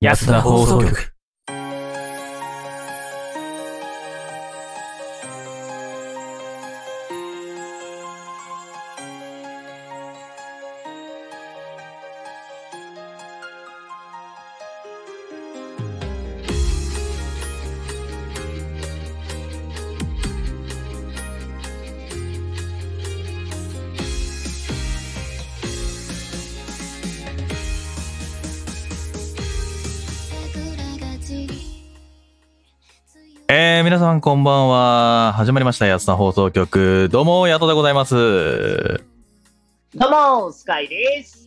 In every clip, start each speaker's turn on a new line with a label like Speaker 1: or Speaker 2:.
Speaker 1: 安田放送局。えー、皆さんこんばんは。始まりました。安田放送局。どうも、ヤトでございます。
Speaker 2: どうも、スカイです。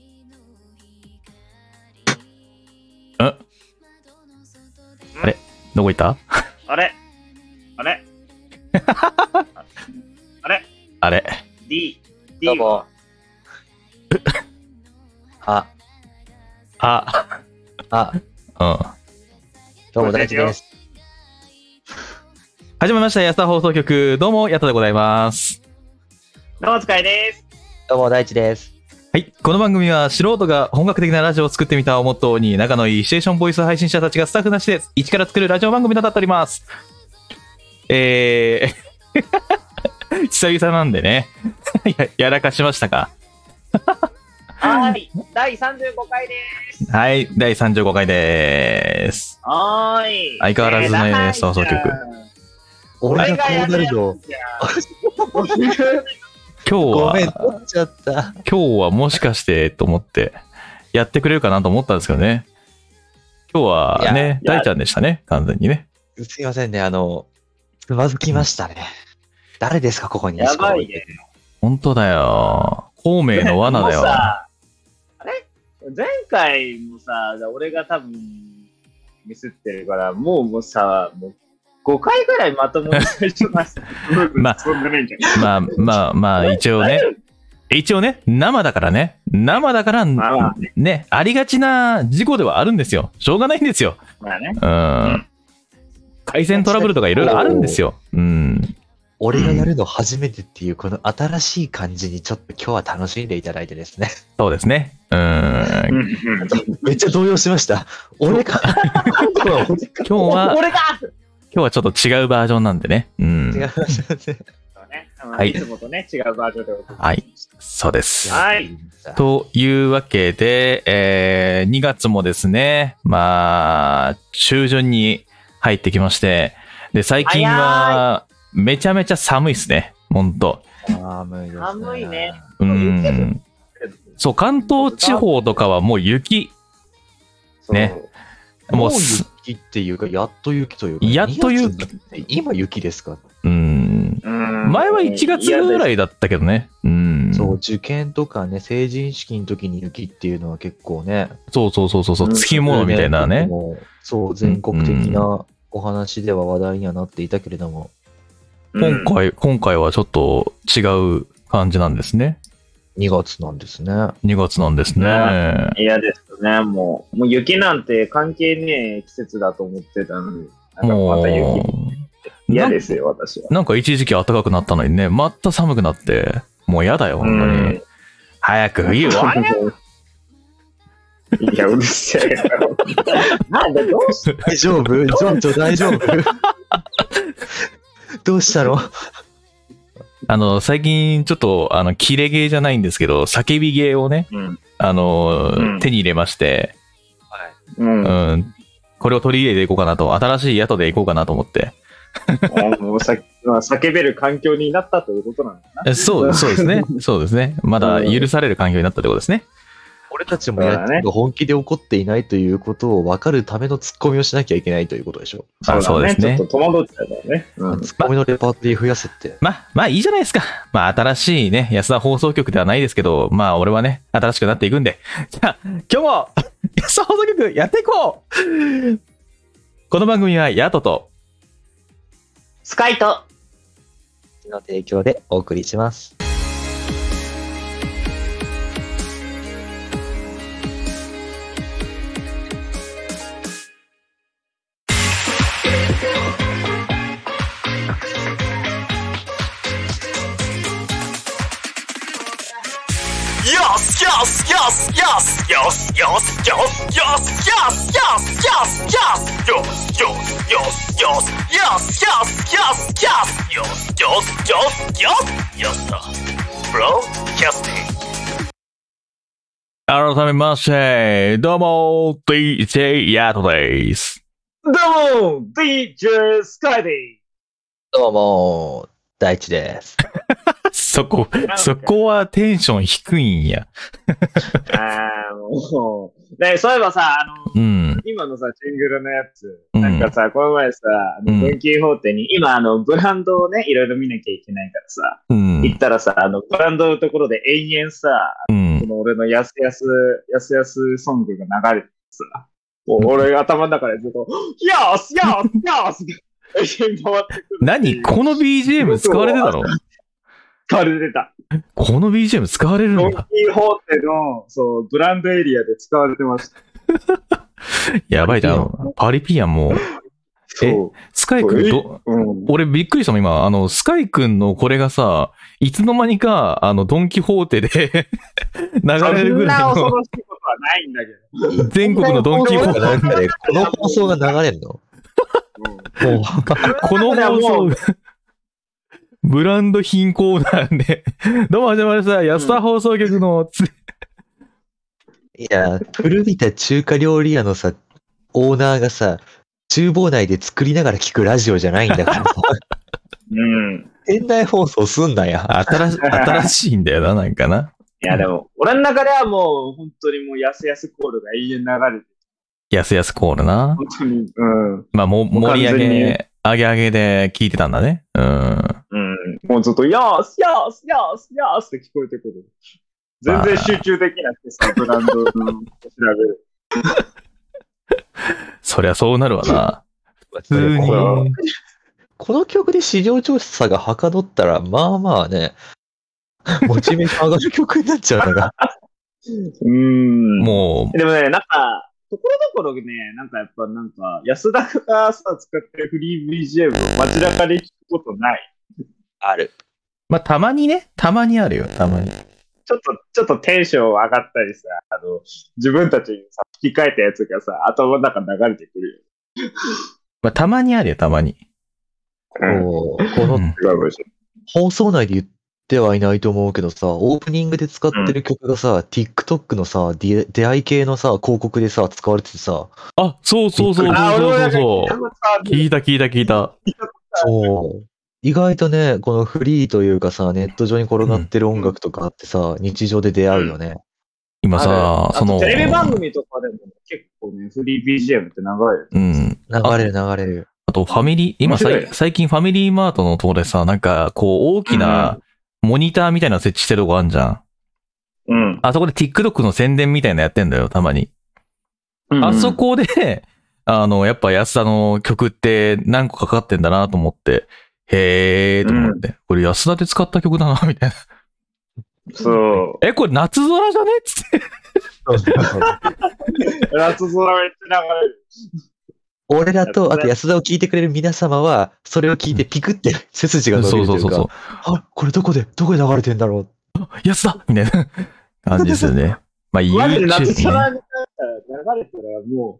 Speaker 1: どこ行った
Speaker 2: あれあ れ
Speaker 1: あれ。
Speaker 2: ?D。D
Speaker 3: どうも。あ、
Speaker 1: あ、
Speaker 3: あ、
Speaker 1: うん。
Speaker 3: どうも大地です。
Speaker 1: 始まりました。安田放送局。どうも、ヤトでございます。
Speaker 2: どうも、スカイです。
Speaker 3: どうも大地です。
Speaker 1: はい。この番組は素人が本格的なラジオを作ってみたをモットーに、仲のいいシチュエーションボイス配信者たちがスタッフなしで一から作るラジオ番組となっております。えー、 久々なんでね。ややらかしましたか。
Speaker 2: はい。第35回です。
Speaker 1: はい。第35回です。
Speaker 2: はーい。
Speaker 1: 相変わらずのねそうそう曲
Speaker 3: 俺がこうなるの。
Speaker 1: 今日は。
Speaker 3: ごめん、取っちゃった。
Speaker 1: 今日はもしかしてと思って、やってくれるかなと思ったんですけどね。今日はね、
Speaker 2: いや
Speaker 1: 大ちゃんでしたね、完全にね。
Speaker 3: すいませんね、あの、つまずきましたね。誰ですか、ここに。
Speaker 2: やばいね。
Speaker 1: 本当だよ。孔明の罠だ
Speaker 2: もう
Speaker 1: よ。
Speaker 2: さあれ前回もさ、俺が多分ミスってるから、もうもうさ、もう5回ぐらいまともに最初の
Speaker 1: まあ
Speaker 2: そんなないんじゃない
Speaker 1: まあまあまあ、一応ね。一応ね、生だからね。生だから、
Speaker 2: まあまあ
Speaker 1: ね、ありがちな事故ではあるんですよ。しょうがないんですよ。
Speaker 2: まあね。
Speaker 1: うん。回線トラブルとかいろいろあるんですよ。うん。
Speaker 3: 俺がやるの初めてっていう、この新しい感じにちょっと今日は楽しんでいただいてですね。
Speaker 1: そうですね。うん。
Speaker 3: めっちゃ動揺しました。俺か。今度は俺か。
Speaker 1: 今日は、
Speaker 2: 俺が
Speaker 1: 今日はちょっと違うバージョンなんでね。うん。
Speaker 3: 違いましたね。
Speaker 2: ね
Speaker 1: はい
Speaker 2: いつもとね、違うバージョンでお送りしました
Speaker 1: はい。そうです。
Speaker 2: はい。
Speaker 1: というわけで、えー2月もですね、まあ、中旬に入ってきまして、で、最近は、めちゃめちゃ寒いですね、ほんと。
Speaker 3: 寒いですね。
Speaker 2: 寒いね。
Speaker 1: う
Speaker 2: 雪です
Speaker 1: ん。そう、関東地方とかはもう雪、
Speaker 3: そう
Speaker 1: ね。も
Speaker 3: も
Speaker 1: う
Speaker 3: う
Speaker 1: す
Speaker 3: 雪っていうか、やっと雪というか。
Speaker 1: やっと雪
Speaker 3: 2月になって今雪ですか
Speaker 1: うん。前
Speaker 2: 前
Speaker 1: は1月ぐらいだったけどね。うん。
Speaker 3: そう、受験とかね、成人式の時に雪っていうのは結構ね、
Speaker 1: そうそうそうそうそうう、
Speaker 2: ん
Speaker 1: つきものみたいなね。
Speaker 3: もうそう、全国的なお話では話題にはなっていたけれども、
Speaker 1: 今回、今回はちょっと違う感じなんですね。
Speaker 3: 2月なんですね。
Speaker 1: 2月なんですね
Speaker 2: ね嫌ですね、もう。もう雪なんて関係ねえ季節だと思ってたのに、なんかまた雪。
Speaker 1: もう、
Speaker 2: 嫌ですよ、私は。
Speaker 1: なんか一時期暖かくなったのにね、また寒くなって、もうやだよ、本当に。
Speaker 2: うん
Speaker 1: 早く冬終われ
Speaker 2: いや、うるせえだ ろ。なんでどうし
Speaker 3: 大丈 夫ジョンと大 丈夫どうしたの
Speaker 1: あの、最近ちょっと、あの、キレゲーじゃないんですけど、叫びゲーをね、
Speaker 2: うん。
Speaker 1: あの、
Speaker 2: うん
Speaker 1: 手に入れまして、
Speaker 2: うん。
Speaker 1: う
Speaker 2: も
Speaker 1: ん、これを取り入れていこうかなと、新しい宿でいこうかなと思って。
Speaker 2: うさ、まあ、叫べる環境になったということなんだな。
Speaker 1: えそう、そうです ね。そうですね。まだ許される環境になったってことですね。
Speaker 3: 俺たちもやっと本気で怒っていないということを分かるためのツッコミをしなきゃいけないということでしょ。
Speaker 1: あそう
Speaker 2: だ
Speaker 1: ですね
Speaker 2: ちょっと戸惑っちゃうからね。うん。
Speaker 3: ツッコミのレパートリー増やせって。
Speaker 1: まあ、まあいいじゃないですか。まあ新しいね、安田放送局ではないですけど、まあ俺はね、新しくなっていくんで。じゃあ、今日も 安田放送局やっていこうこの番組はヤトと、
Speaker 2: スカイと、
Speaker 3: の提供でお送りします。
Speaker 4: 「
Speaker 1: 改めまして、どうも、DJ ヤトです。
Speaker 2: どうも !DJ スカイデ
Speaker 3: どうも、大地です。
Speaker 1: そこ、 そこはテンション低いんや。
Speaker 2: ィああ、もう。ねそういえばさ、あの、
Speaker 1: うん。
Speaker 2: 今のさ、シングルのやつ、
Speaker 1: うん
Speaker 2: なんかさ、この前さ、あの
Speaker 1: うん
Speaker 2: ドン・キーホーテに、今、あの、ブランドをね、いろいろ見なきゃいけないからさ、
Speaker 1: うん。
Speaker 2: 行ったらさ、あの、ブランドのところで延々さ、
Speaker 1: うん
Speaker 2: こ。の俺のやすやす、やすやすソングが流れてさ、もう俺が頭の中でずっと、よーしよーしよーしって回ってくる。
Speaker 1: 何この BGM 使われてたの
Speaker 2: 疲れてた。
Speaker 1: この BGM 使われる
Speaker 2: ド
Speaker 1: の
Speaker 2: ン・キ
Speaker 1: か
Speaker 2: ーホーテの、そう、ブランドエリアで使われてました。
Speaker 1: やばいな。パリピやん、もう。
Speaker 2: そう。
Speaker 1: スカイ君ど、
Speaker 2: うん。
Speaker 1: 俺びっくりしたもん、今。あの、スカイ君のこれがさ、いつの間にか、あの、ドンキホーテで 流
Speaker 2: そ
Speaker 1: れる
Speaker 2: ん
Speaker 1: ぐらい
Speaker 2: な恐
Speaker 1: の、
Speaker 2: ろしいことはないんだけど。
Speaker 1: 全国のドンキホー
Speaker 3: なん
Speaker 1: テ。
Speaker 3: かね、この放送が流れるのも
Speaker 2: うん
Speaker 3: う、
Speaker 1: この放送、ブランド品コーナーで、どうも始まりました。安田放送局のつ、
Speaker 3: いや、古びた中華料理屋のさ、オーナーがさ、厨房内で作りながら聞くラジオじゃないんだ から、
Speaker 2: うん。
Speaker 3: 店内放送すんなや。あ
Speaker 1: 新し新しいんだよな、なんかな。
Speaker 2: いや、でも、俺の中ではもう、本当にもう、やすやすコールが永遠流れて、
Speaker 1: やすやすコールな。
Speaker 2: 本当に。うん。
Speaker 1: まあ、も、
Speaker 2: もう完
Speaker 1: 盛り上
Speaker 2: 全に
Speaker 1: げ、上げ上げで聞いてたんだね。うん。
Speaker 2: うん。もうずっと、よーし、よーし、よーし、よーしって聞こえてくる。全然集中できなくてさ、ブランドの調べる。
Speaker 1: そりゃそうなるわな。普通に
Speaker 3: この。この曲で市場調査がはかどったら、まあまあね、モチベーション上がる曲になっちゃうのが。
Speaker 2: うーん。
Speaker 1: も
Speaker 2: でもね、なんか、ところどころね、なんかやっぱなんか、安田がさ、使ってるフリー BGM を街中で聞くことない。
Speaker 3: ある。
Speaker 1: う、まあ、たまにね、たまにあるよ、たまに。
Speaker 2: ちょっと、ちょっとテンション上がったりさ、あの、自分たちにさ、吹き替えたやつがさ、頭の中に流れてくるよ。
Speaker 1: まあ、たまにあるよ、たまに。
Speaker 2: うん。
Speaker 3: こうこ
Speaker 1: う
Speaker 3: の
Speaker 1: ん
Speaker 2: すごい
Speaker 3: 放送内で言ってはいないと思うけどさ、オープニングで使ってる曲がさ、TikTok のさ、出出会い系のさ、広告でさ、使われててさ、
Speaker 1: あ、そうそうそうそう
Speaker 2: あ、俺も
Speaker 1: そ
Speaker 2: な
Speaker 1: うん
Speaker 2: か
Speaker 1: そ
Speaker 2: 聞いうた。ことある
Speaker 1: 聞いた聞いた聞いた。
Speaker 3: そう。意外とね、このフリーというかさ、ネット上に転がってる音楽とかあってさ、日常で出会うよね。
Speaker 1: 今さ
Speaker 2: あ、る
Speaker 1: その、
Speaker 2: あとテレビ番組とかでも結構ね、フリー BGM って長いよ。
Speaker 1: うん。
Speaker 3: 流れる流れる。
Speaker 1: あと、ファミリー、今
Speaker 2: 面白い
Speaker 1: 最、最近ファミリーマートのとこでさ、なんか、こう、大きなモニターみたいなの設置してるとこあんじゃん。
Speaker 2: うん。
Speaker 1: あそこで TikTok の宣伝みたいなのやってんだよ、たまに。あそこで、 あの、やっぱ安田の曲って何個かかってんだなと思って、へーと思って、これ安田で使った曲だな、みたいな。
Speaker 2: そ
Speaker 1: え、これ夏空じゃねっつって。
Speaker 2: う。夏空めっちゃ流れる。
Speaker 3: 俺らと、あと安田を聞いてくれる皆様は、それを聞いてピクって背筋が伸び
Speaker 1: そう
Speaker 3: る
Speaker 1: そ
Speaker 3: と
Speaker 1: う
Speaker 3: いう
Speaker 1: そう
Speaker 3: か
Speaker 1: そ、
Speaker 3: あ、これどこで、どこで流れてんだろう。
Speaker 1: う。安田みたいな感じですよ ね。まあ、いい
Speaker 2: マジで夏
Speaker 1: ですね。
Speaker 2: 空に流れたらもう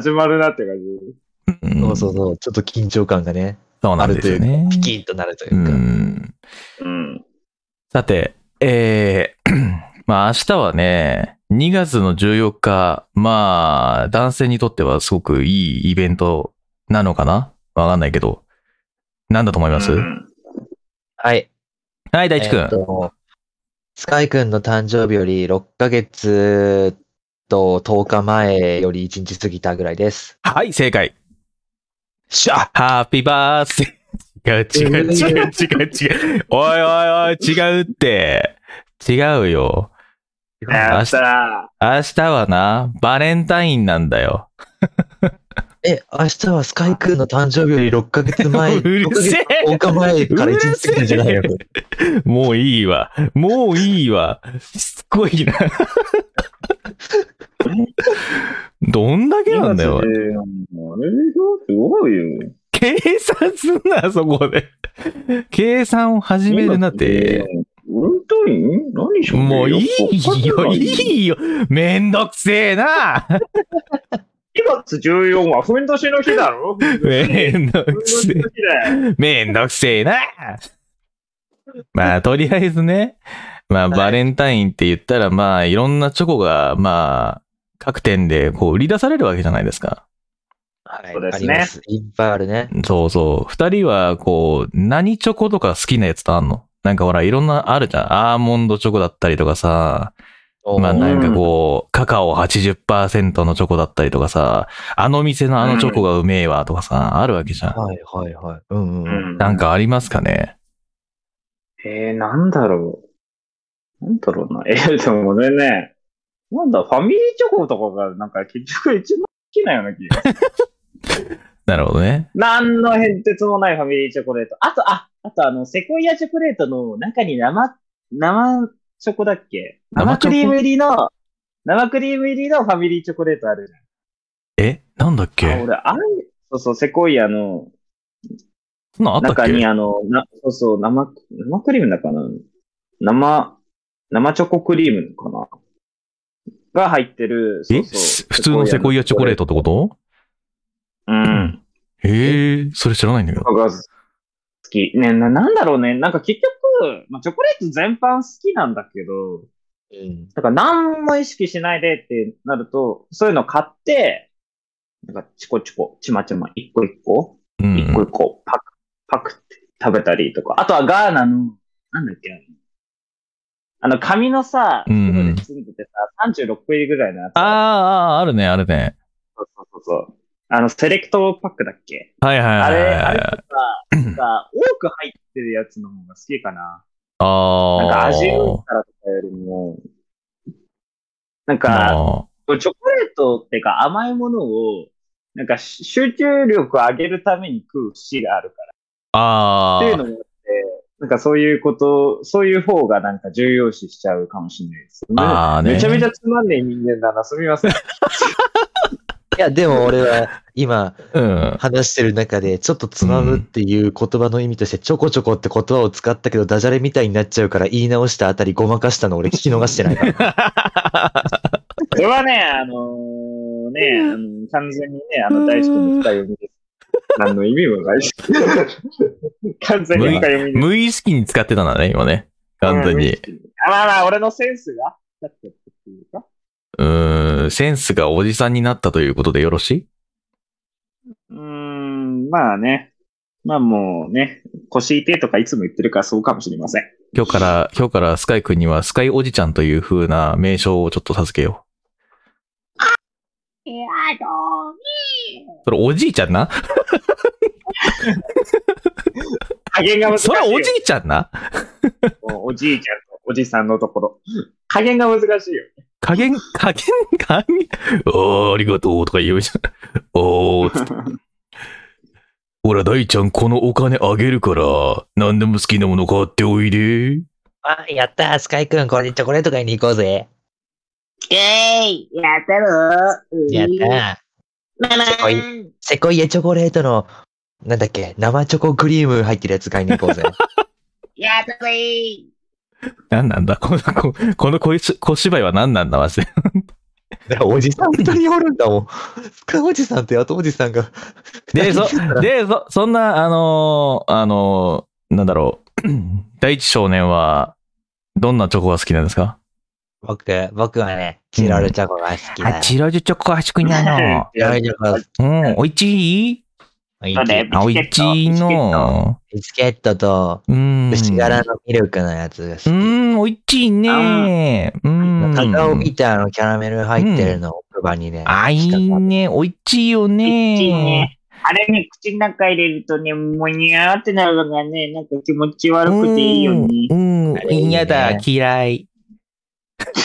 Speaker 2: 始まるなって感じ。
Speaker 1: うん
Speaker 3: そ
Speaker 1: そ
Speaker 3: うそうそう、ちょっと緊張感がね、
Speaker 1: うなんですよね。
Speaker 3: ピキンとなるといううか。
Speaker 1: ん。
Speaker 2: うん。
Speaker 1: さて、えー、 まあ明日はね、2月の14日、まあ男性にとってはすごくいいイベントなのかなわかんないけど。なんだと思います、
Speaker 3: はい。
Speaker 1: はい、大地くん。
Speaker 3: えっとスカイくんの誕生日より6ヶ月と10日前より1日過ぎたぐらいです。
Speaker 1: はい、正解。
Speaker 3: しゃ
Speaker 1: ハッピーバースデ ー。違う違う違う違う違う。おいおいおい、違うって。違うよ。
Speaker 2: やった
Speaker 1: 明日はな、バレンタインなんだよ。
Speaker 3: え、明日はスカイくんの誕生日より6ヶ月前、
Speaker 1: うるせえ
Speaker 3: 6ヶ月10日前から1日過ぎたじゃないよ。
Speaker 1: もういいわ。もういいわ。しつこ いな。どんだけなんだよ。
Speaker 2: あ
Speaker 1: おい
Speaker 2: れすごいよ。
Speaker 1: 計算すんな、そこで。計算を始めるなって。。
Speaker 2: 俺たいん何し
Speaker 1: もういいよ、い
Speaker 2: い
Speaker 1: いよ。めんどくせえな。
Speaker 2: !2 月14はふんどしの日だろふんどし
Speaker 1: めんど
Speaker 2: ふんど
Speaker 1: く
Speaker 2: し
Speaker 1: せ
Speaker 2: の日だよ。
Speaker 1: え。めんどくせえな。まあ、とりあえずね。まあ、
Speaker 2: はい
Speaker 1: バレンタインって言ったら、まあ、いろんなチョコが、まあ、各店でこう売り出されるわけじゃないですか。
Speaker 3: はい、
Speaker 2: そうですね
Speaker 3: あります。いっぱいあるね。
Speaker 1: そうそう。二人は、こう、何チョコとか好きなやつとあんのなんかほら、いろんなあるじゃん。アーモンドチョコだったりとかさ。まあ
Speaker 3: おー
Speaker 1: なんかこう、カカオ80%のチョコだったりとかさ、あの店のあのチョコがうめえわとかさ、あるわけじゃん。
Speaker 3: はいはいはい。うん
Speaker 2: う
Speaker 3: う。
Speaker 2: んん
Speaker 1: なん。かありますかね
Speaker 2: えー、なんだろう。なんだろうな。えー、でも俺ね、なんだ、ファミリーチョコとかが、なんか結局一番好きなような気がする。
Speaker 1: なるほどね。
Speaker 2: なんの変哲もないファミリーチョコレート。あと、あ、あとあの、セコイアチョコレートの中に生、生チョコだっけ
Speaker 1: 生
Speaker 2: 生
Speaker 1: チョコ
Speaker 2: クリーム入りの、生クリーム入りのファミリーチョコレートあるじ
Speaker 1: えなんだっ
Speaker 2: ゃん。あ
Speaker 1: け
Speaker 2: 俺、あれ、そうそう、セコイアの
Speaker 1: そんなんあったっ
Speaker 2: 中
Speaker 1: け
Speaker 2: にあの、な、そうそう、生、生クリームだかな生、生チョコクリームかなが入ってる、そ
Speaker 1: え
Speaker 2: うそう
Speaker 1: 普通のセコイアチョコレートってこと
Speaker 2: うん。
Speaker 1: へえ、それ知らないんだけど。
Speaker 2: 僕は好き。ねな、なんだろうね。なんか結局、まあ、チョコレート全般好きなんだけど、
Speaker 3: うん
Speaker 2: なんか何も意識しないでってなると、そういうの買って、なんかチコチコ、ちまちま、一個一個、
Speaker 1: う
Speaker 2: 一個
Speaker 1: ん。
Speaker 2: 一個、パク、パクって食べたりとか。あとはガーナの、なんだっけ、あの、紙のさ、
Speaker 1: うんうん
Speaker 2: 袋で包んでてさ、36個入りぐらいのやつ。
Speaker 1: あーあー、あるね、あるね。
Speaker 2: そうそうそう。あの、セレクトパックだっけ
Speaker 1: はいはい
Speaker 2: あ
Speaker 1: は
Speaker 2: れ、
Speaker 1: い
Speaker 2: あ
Speaker 1: は
Speaker 2: れ
Speaker 1: い。
Speaker 2: とか、なんか多く入ってるやつの方が好きかな。
Speaker 1: あ
Speaker 2: なんか
Speaker 1: あ
Speaker 2: 味うんたらとかよりも、なんか、
Speaker 1: あ
Speaker 2: チョコレートっていうか甘いものを、なんかし集中力を上げるために食う節があるか
Speaker 1: あ
Speaker 2: らっていうの
Speaker 1: ー。
Speaker 2: もあって、なんかそういうこと、そういう方がなんか重要視しちゃうかもしれないですね。
Speaker 1: あーね
Speaker 2: めちゃめちゃつまんねえ人間だな、すみ ません。
Speaker 3: いや、でも俺は今
Speaker 1: うん。
Speaker 3: 話してる中で、ちょっとつまむっていう言葉の意味として、ちょこちょこって言葉を使ったけど、ダジャレみたいになっちゃうから言い直したあたりごまかしたの俺聞き逃してないから。
Speaker 2: それはね、あのーね、あの完全にね、あの大好きの深 読みです。何の意味もないし。完全に深読みです。
Speaker 1: 無意識に使ってたんだね、今ね。完全に。
Speaker 2: あまあまあ、俺のセンスがだってっていうか。
Speaker 1: うーん、センスがおじさんになったということでよろしいう
Speaker 2: ーん、まあね。まあもうね、腰痛いとかいつも言ってるからそうかもしれません。
Speaker 1: 今日から、今日からスカイ君にはスカイおじちゃんという風な名称をちょっと授けよう。それおじいちゃんな
Speaker 2: 加減が難しい
Speaker 1: そ
Speaker 2: よ。
Speaker 1: れおじいちゃんな
Speaker 2: もうおじいちゃんとおじさんのところ。加減が難しいよ。
Speaker 1: 加減、加減、加減、 おー、ありがとうとか言うじゃん。おー、ほら大ちゃんこのお金あげるから、何でも好きなもの買っておいで。
Speaker 3: あ、やったー、スカイくん、これでチョコレート買いに行こうぜ。
Speaker 4: えい、やったろ
Speaker 3: やったー。
Speaker 4: ママ
Speaker 3: すごいセコイエチョコレートの、なんだっけ、生チョコクリーム入ってるやつ買いに行こうぜ。
Speaker 4: やったぜ
Speaker 1: 何なんだ この、ここの小石小芝居は何なんだマジで。
Speaker 3: だ からおじさん二人おるんだもん。深おじさんと後おじさんが。
Speaker 1: で、そ
Speaker 3: 二人 いるか、ら
Speaker 1: で、そ、そんな、あのーあのーなんだろう。 第一少年は、どんなチョコが好きなんですか
Speaker 3: 僕、僕はね、チロルチョコが好きだよ。
Speaker 1: チロルチョコはしくなの。
Speaker 3: チロルチョコが好き
Speaker 1: うん、おいちい
Speaker 2: そうだよ
Speaker 1: あ、おいちいの。
Speaker 3: ビスケットと、
Speaker 1: うん。
Speaker 3: 牛柄のミルクのやつが好き。
Speaker 1: うん、おいちいね。うん。
Speaker 3: カカオビターのキャラメル入ってるのを奥歯にね。
Speaker 1: あ、いいね。おいちいよ
Speaker 2: おいちい
Speaker 1: ね
Speaker 2: ね。あれね、口の中入れるとね、もにゃーってなるのがね、なんか気持ち悪くていいよね。
Speaker 1: うん、
Speaker 3: あれいいね
Speaker 1: 嫌だ、嫌い。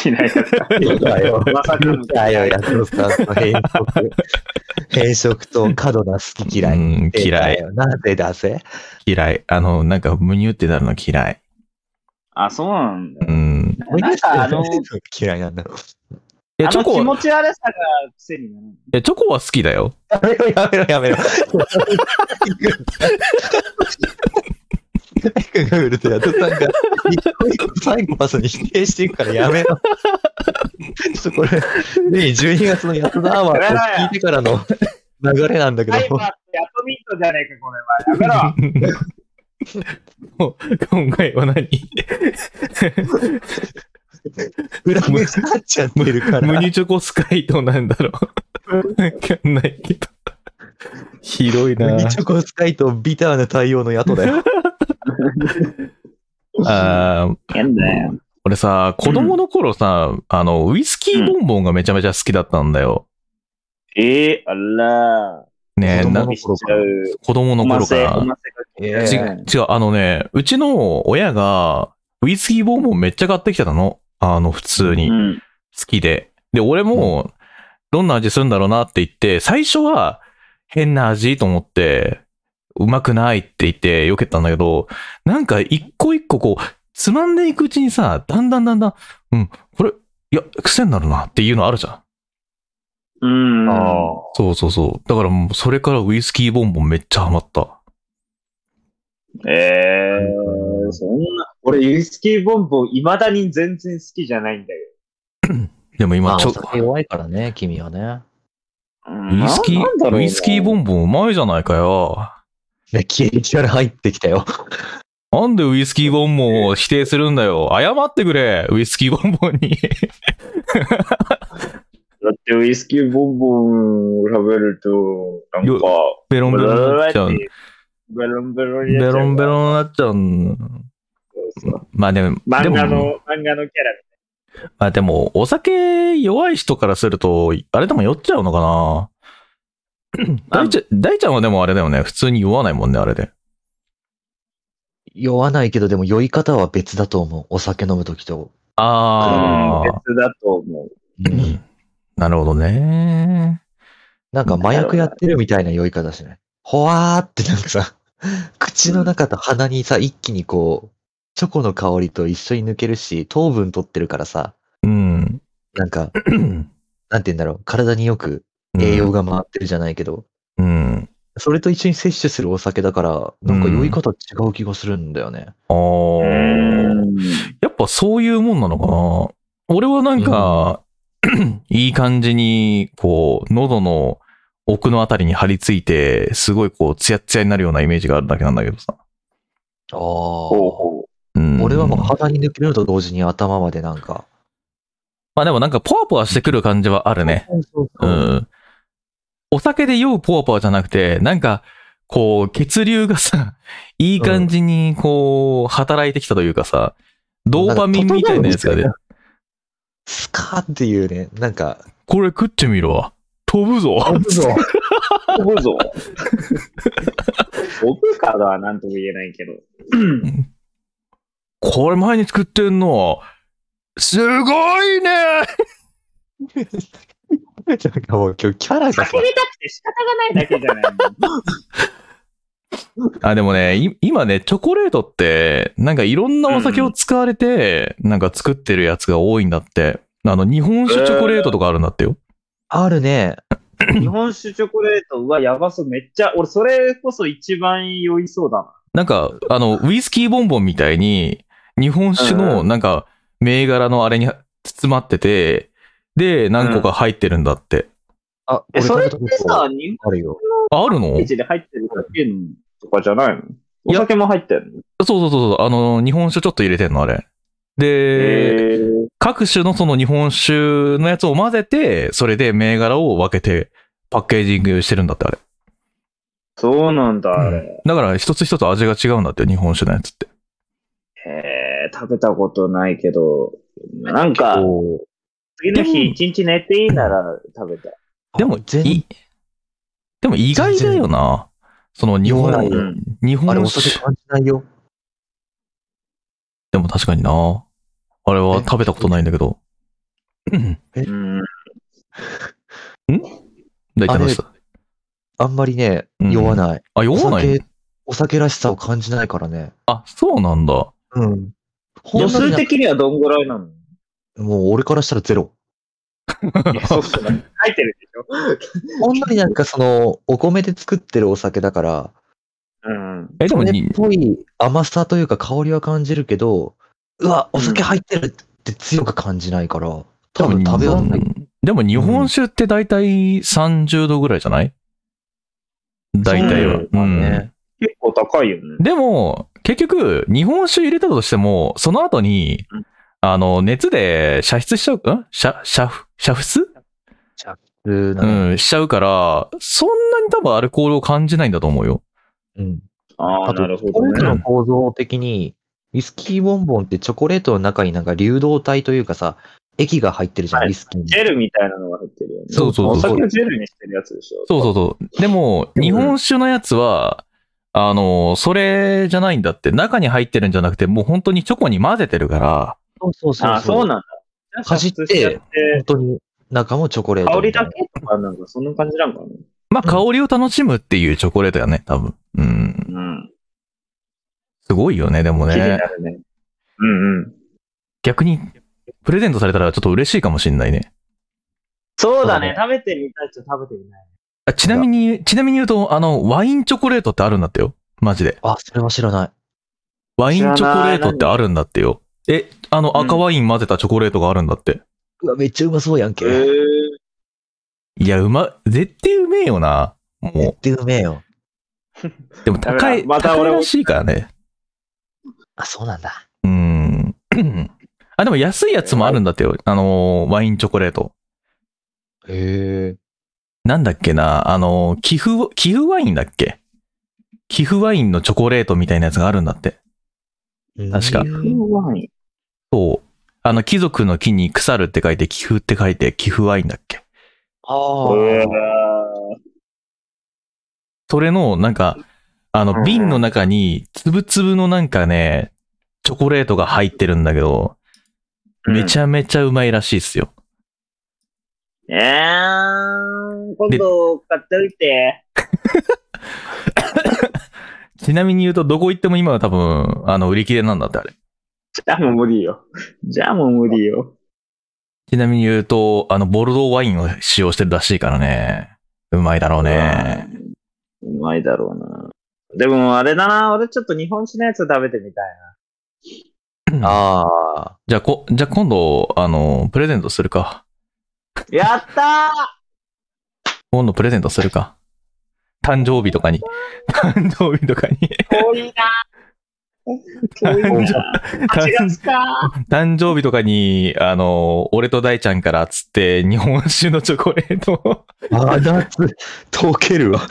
Speaker 2: 嫌いだった。
Speaker 3: そうだよ。
Speaker 2: まさかの
Speaker 3: だよ、安野さんの変色。変色と過度な好き嫌い。
Speaker 1: うん嫌い。
Speaker 3: い。なんでだぜ。
Speaker 1: 嫌い。あの、なんか、むにゅってなるの嫌い。
Speaker 2: あ、そうなんだ。
Speaker 1: うん。
Speaker 2: なんかあの、
Speaker 3: 嫌いなんだろう。
Speaker 1: いや、
Speaker 2: あ
Speaker 1: チョ
Speaker 2: の
Speaker 1: コ
Speaker 2: 気
Speaker 1: は、
Speaker 2: 持ち悪さが癖になる。
Speaker 1: いやチョコは好きだよ。
Speaker 3: やめろやめろやめろ。大君が振るとやっとなんか、一個一個最後パスに否定していくからやめろ。ちょっとこれ、ねえ、12月の安田アワーを聞いてからの流れなんだけど
Speaker 2: タイ、マーってアトミットじゃねえか、これは。や
Speaker 1: もう今回は何
Speaker 3: 裏目になっちゃってるから。
Speaker 1: ムニチョコスカイトなんだろう。わかんないけど。ひどい
Speaker 3: 無
Speaker 1: な
Speaker 3: 理チョコスカイとビターな対応の野党だよ。
Speaker 1: あー
Speaker 2: めろ。変だよ。
Speaker 1: 俺さ、子供の頃さ、あの、ウイスキーボンボンがめちゃめちゃ好きだったんだよ。
Speaker 2: ええあら
Speaker 1: ねえ、
Speaker 3: 子供
Speaker 1: な
Speaker 3: の
Speaker 2: ー。しちゃう。
Speaker 1: 子供の
Speaker 2: おま
Speaker 1: 頃
Speaker 2: せ、
Speaker 1: か
Speaker 2: お
Speaker 1: ら。
Speaker 2: ませが
Speaker 1: ち
Speaker 2: 来
Speaker 1: 違
Speaker 2: た。
Speaker 1: う、あのね、うちの親が、ウイスキーボンボンめっちゃ買ってきてたの。あの、普通に。
Speaker 2: うん。
Speaker 1: 好きで。で、俺も、どんな味するんだろうなって言って、最初は、変な味と思って、うまくないって言って、避けたんだけど、なんか一個一個こう、つまんでいくうちにさ、だんだんだんだん、うん、これ、いや、癖になるなっていうのあるじゃん。
Speaker 2: うん。
Speaker 1: そうそうそう。だからもう、それからウイスキーボンボンめっちゃハマった。
Speaker 2: えー、そんな、俺、ウイスキーボンボン、未だに全然好きじゃないんだよ。
Speaker 1: でも今、ちょ、
Speaker 3: 弱いからね、君はね。
Speaker 1: ウイスキ
Speaker 2: なんだろ
Speaker 1: ー、
Speaker 2: うな
Speaker 1: ウイスキーボンボンうまいじゃないかよ。
Speaker 3: いや、消え力入ってきたよ。
Speaker 1: なんでウイスキーボンボンを否定するんだよ。謝ってくれ、ウイスキーボンボンに。
Speaker 2: だって、ウイスキーボンボンを食べると、なんか、
Speaker 1: ベロン
Speaker 2: ベ
Speaker 1: ベロンになっちゃう。
Speaker 2: ベロンベロンに
Speaker 1: ベ
Speaker 2: なっちゃう
Speaker 1: ロンベロンになっちゃう。
Speaker 2: そうそう
Speaker 1: まあでも、で
Speaker 2: 漫画
Speaker 1: も、
Speaker 2: の、漫画のキャラみ
Speaker 1: まあでも、お酒弱い人からすると、あれでも酔っちゃうのかな大ちゃん、大ちゃんはでもあれだよね。普通に酔わないもんね、あれで。
Speaker 3: 酔わないけど、でも酔い方は別だと思う。お酒飲むときと。
Speaker 2: たいな。
Speaker 1: あ
Speaker 2: うん別だと思う。
Speaker 1: あ。なるほどね。
Speaker 3: なんか麻薬やってるみたいな酔い方しない。ほわーってなんか さ、口の中と鼻にさ、一気にこう、チョコの香りと一緒に抜けるし、糖分取ってるからさ、
Speaker 1: うん。
Speaker 3: なんか、なんて言うんだろう、体によく栄養が回ってるじゃないけど、
Speaker 1: うん。
Speaker 3: それと一緒に摂取するお酒だから、なんか酔い方違う気がするんだよね。
Speaker 1: ああ。
Speaker 2: うん
Speaker 1: やっぱそういうもんなのかな俺はなんか、いい感じに、こう、喉の奥のあたりに張り付いて、すごいこう、ツヤッツヤになるようなイメージがあるだけなんだけどさ。
Speaker 3: ああ。
Speaker 2: ほうほ
Speaker 1: うん
Speaker 3: 俺はもう鼻に抜けると同時に頭までなんか。
Speaker 1: まあでもなんか、ポワポワしてくる感じはあるね。う
Speaker 3: うん
Speaker 1: ん。お酒で酔うポワポワじゃなくて、なんか、こう、血流がさ、 いい感じに、こう、働いてきたというかさ、ドーパミンみたいなやつが出て
Speaker 3: なんかスカーっていうね、なんか、
Speaker 1: これ食ってみろ。飛ぶぞ。
Speaker 2: う。飛 ぶぞ。飛ぶぞ。僕からは何とも言えないけど。
Speaker 1: これ前に作ってんの、すごいね
Speaker 3: なんかもう今日キャラがさ
Speaker 2: 叫、びたくて仕方がないだけじゃないの。
Speaker 1: あ、でもね、い今ね、チョコレートって、なんかいろんなお酒を使われて、なんか作ってるやつが多いんだって。あの、日本酒チョコレートとかあるんだってよ。
Speaker 3: あるね。
Speaker 2: 日本酒チョコレートはやばそう。めっちゃ、俺それこそ一番酔いそうだな。
Speaker 1: なんか、あの、ウイスキーボンボンみたいに、日本酒
Speaker 2: う
Speaker 1: の、なんか、銘柄のあれに包まってて、で、何個か入ってるんだって。
Speaker 3: あ、
Speaker 2: え、それってさ、
Speaker 3: あ
Speaker 2: 日本
Speaker 3: るよ。
Speaker 1: ああるの
Speaker 2: ページで入ってるだけのとかじゃないのお
Speaker 1: や
Speaker 2: 酒も入ってるの
Speaker 1: そうそうそうそう、あの、日本酒ちょっと入れてんの、あれ。で、
Speaker 2: ー。
Speaker 1: 各種のその日本酒のやつを混ぜて、それで銘柄を分けてパッケージングしてるんだって、あれ。
Speaker 2: そうなんだ、あれ。
Speaker 1: だから一つ一つ味が違うんだって、日本酒のやつって。
Speaker 2: へえ、食べたことないけど、なんか、
Speaker 3: こう
Speaker 2: 次の日一日寝ていいなら食べたい。
Speaker 1: でも、
Speaker 3: あ全
Speaker 1: いでも意外だよな。その日
Speaker 3: 酔わない
Speaker 1: 本
Speaker 3: よ、
Speaker 1: 日
Speaker 3: あれお
Speaker 1: 本
Speaker 3: 酒
Speaker 1: 酒。
Speaker 3: 感じないよ。
Speaker 1: でも確かにな。あれは食べたことないんだけど。うん
Speaker 2: うん。
Speaker 1: 大体の人。
Speaker 3: あんまりね、
Speaker 1: うん
Speaker 3: 酔わない。
Speaker 1: あ、酔わ
Speaker 3: お
Speaker 1: ない
Speaker 3: 酒、お酒らしさを感じないからね。
Speaker 1: あ、そうなんだ。
Speaker 3: うん。
Speaker 2: 度
Speaker 3: 本当
Speaker 2: 数
Speaker 3: にな
Speaker 2: 的にはどんぐらいなの
Speaker 3: もう俺からしたらゼロ。
Speaker 2: いやそうそう。入ってるでしょ
Speaker 3: ほんのりなんかその、お米で作ってるお酒だから、
Speaker 2: うん。
Speaker 1: え、でも
Speaker 3: それ
Speaker 1: に
Speaker 3: っ、ぽい甘さというか香りは感じるけど、うわ、お酒入ってるって強く感じないから、
Speaker 1: で
Speaker 3: 多
Speaker 1: も
Speaker 3: 分食べよう
Speaker 1: 日本でも日本酒って大体30度ぐらいじゃない大体は。
Speaker 3: そう
Speaker 1: うん
Speaker 3: だね
Speaker 2: 結構高いよね。
Speaker 1: でも、結局、日本酒入れたとしても、その後に
Speaker 2: うん、
Speaker 1: あの、熱で射出しちゃう、ん射、射、射出
Speaker 3: 普通な
Speaker 1: う
Speaker 3: の
Speaker 1: ん、しちゃうから、そんなに多分アルコールを感じないんだと思うよ。
Speaker 3: うん。
Speaker 2: ああ、
Speaker 3: あと
Speaker 2: なるほ
Speaker 3: チョコ
Speaker 2: ど
Speaker 3: レート
Speaker 2: ね。
Speaker 3: の構造的に、ウィスキーボンボンってチョコレートの中になんか流動体というかさ、液が入ってるじゃん、
Speaker 2: はい
Speaker 3: ウィスキーに
Speaker 2: ジ。ェルみたいなのが入ってるよね。
Speaker 1: そうそうそう
Speaker 2: お酒をジェルにしてるやつでしょ。
Speaker 1: そうそうそう。でも、
Speaker 3: でも
Speaker 1: 日本酒のやつは、あの、それじゃないんだって、中に入ってるんじゃなくて、もう本当にチョコに混ぜてるから、
Speaker 3: そうそうそう。
Speaker 2: ああ、そうなんだ。
Speaker 3: かじって
Speaker 2: じゃあ煮沸しちゃって
Speaker 3: 本当に中もチョコレート。
Speaker 2: 香りだけとかなんかそんな感じなんかな。
Speaker 1: まあ、
Speaker 3: う
Speaker 1: 香りを楽しむっていうチョコレートやね、多分。うん。
Speaker 2: うん。
Speaker 1: すごいよね、でも
Speaker 2: 気にな
Speaker 1: ね。
Speaker 2: るね。うんうん。
Speaker 1: 逆に、プレゼントされたらちょっと嬉しいかもしんないね。
Speaker 2: そう
Speaker 3: だ
Speaker 2: だ
Speaker 3: ね
Speaker 2: ね。食べてみたいっちゃ食べてみない。
Speaker 1: あちなみに、ちなみに言うと、あの、ワインチョコレートってあるんだってよ。マジで。
Speaker 3: あ、それは知らない。
Speaker 1: ワインチョコレートってあるんだってよ。え、あの、
Speaker 2: うん
Speaker 1: 赤ワイン混ぜたチョコレートがあるんだって。
Speaker 3: うわ、めっちゃうまそうやんけ。
Speaker 2: へえ。
Speaker 1: いや、うま、絶対うめえよな。
Speaker 3: 絶
Speaker 1: も
Speaker 3: 対うめえよ。
Speaker 1: う、でも高い、
Speaker 2: ダメだまた
Speaker 1: 高い
Speaker 2: 俺も
Speaker 1: らしいからね。
Speaker 3: あ、そうなんだ。
Speaker 1: うーん。 あ、でも安いやつもあるんだってよ。あのー、ワインチョコレート。
Speaker 3: へえ。
Speaker 1: なんだっけな、あのー、寄付、寄付ワインだっけ寄付ワインのチョコレートみたいなやつがあるんだって。確か
Speaker 2: うまい。
Speaker 1: そう。あの、貴族の木に腐るって書いて、寄付って書いて、寄付ワインだっけ
Speaker 3: あ
Speaker 2: へ
Speaker 3: あ。
Speaker 1: それの、なんか、あ
Speaker 2: うんう
Speaker 1: の、
Speaker 2: ん
Speaker 1: 瓶の中に、つぶつぶのなんかね、チョコレートが入ってるんだけど、
Speaker 2: ー
Speaker 1: めちゃめちゃうまいらしいっすよ。
Speaker 2: えー、今度買っておいて。
Speaker 1: ちなみに言うと、どこ行っても今は多分、あの、売り切れなんだって、あれ。
Speaker 2: じゃあもう無理よ。じゃあもう無理よ。
Speaker 1: ちなみに言うと、あの、ボルドーワインを使用してるらしいからね。うまいだろうね。
Speaker 2: うまいだろうな。でもあれだな、俺ちょっと日本酒のやつ食べてみたい
Speaker 3: ああ。
Speaker 1: じゃあ、こ、じゃあ今度、あの、プレゼントするか。
Speaker 2: な。やったー
Speaker 1: 今度プレゼントするか。誕生日とかに。 誕生日とかに。
Speaker 2: 遠いな。 遠い な。8月か。
Speaker 1: 誕生日とかに、あの、俺と大ちゃんからっつって、日本酒のチョコレートを
Speaker 3: ああ、夏、溶けるわ。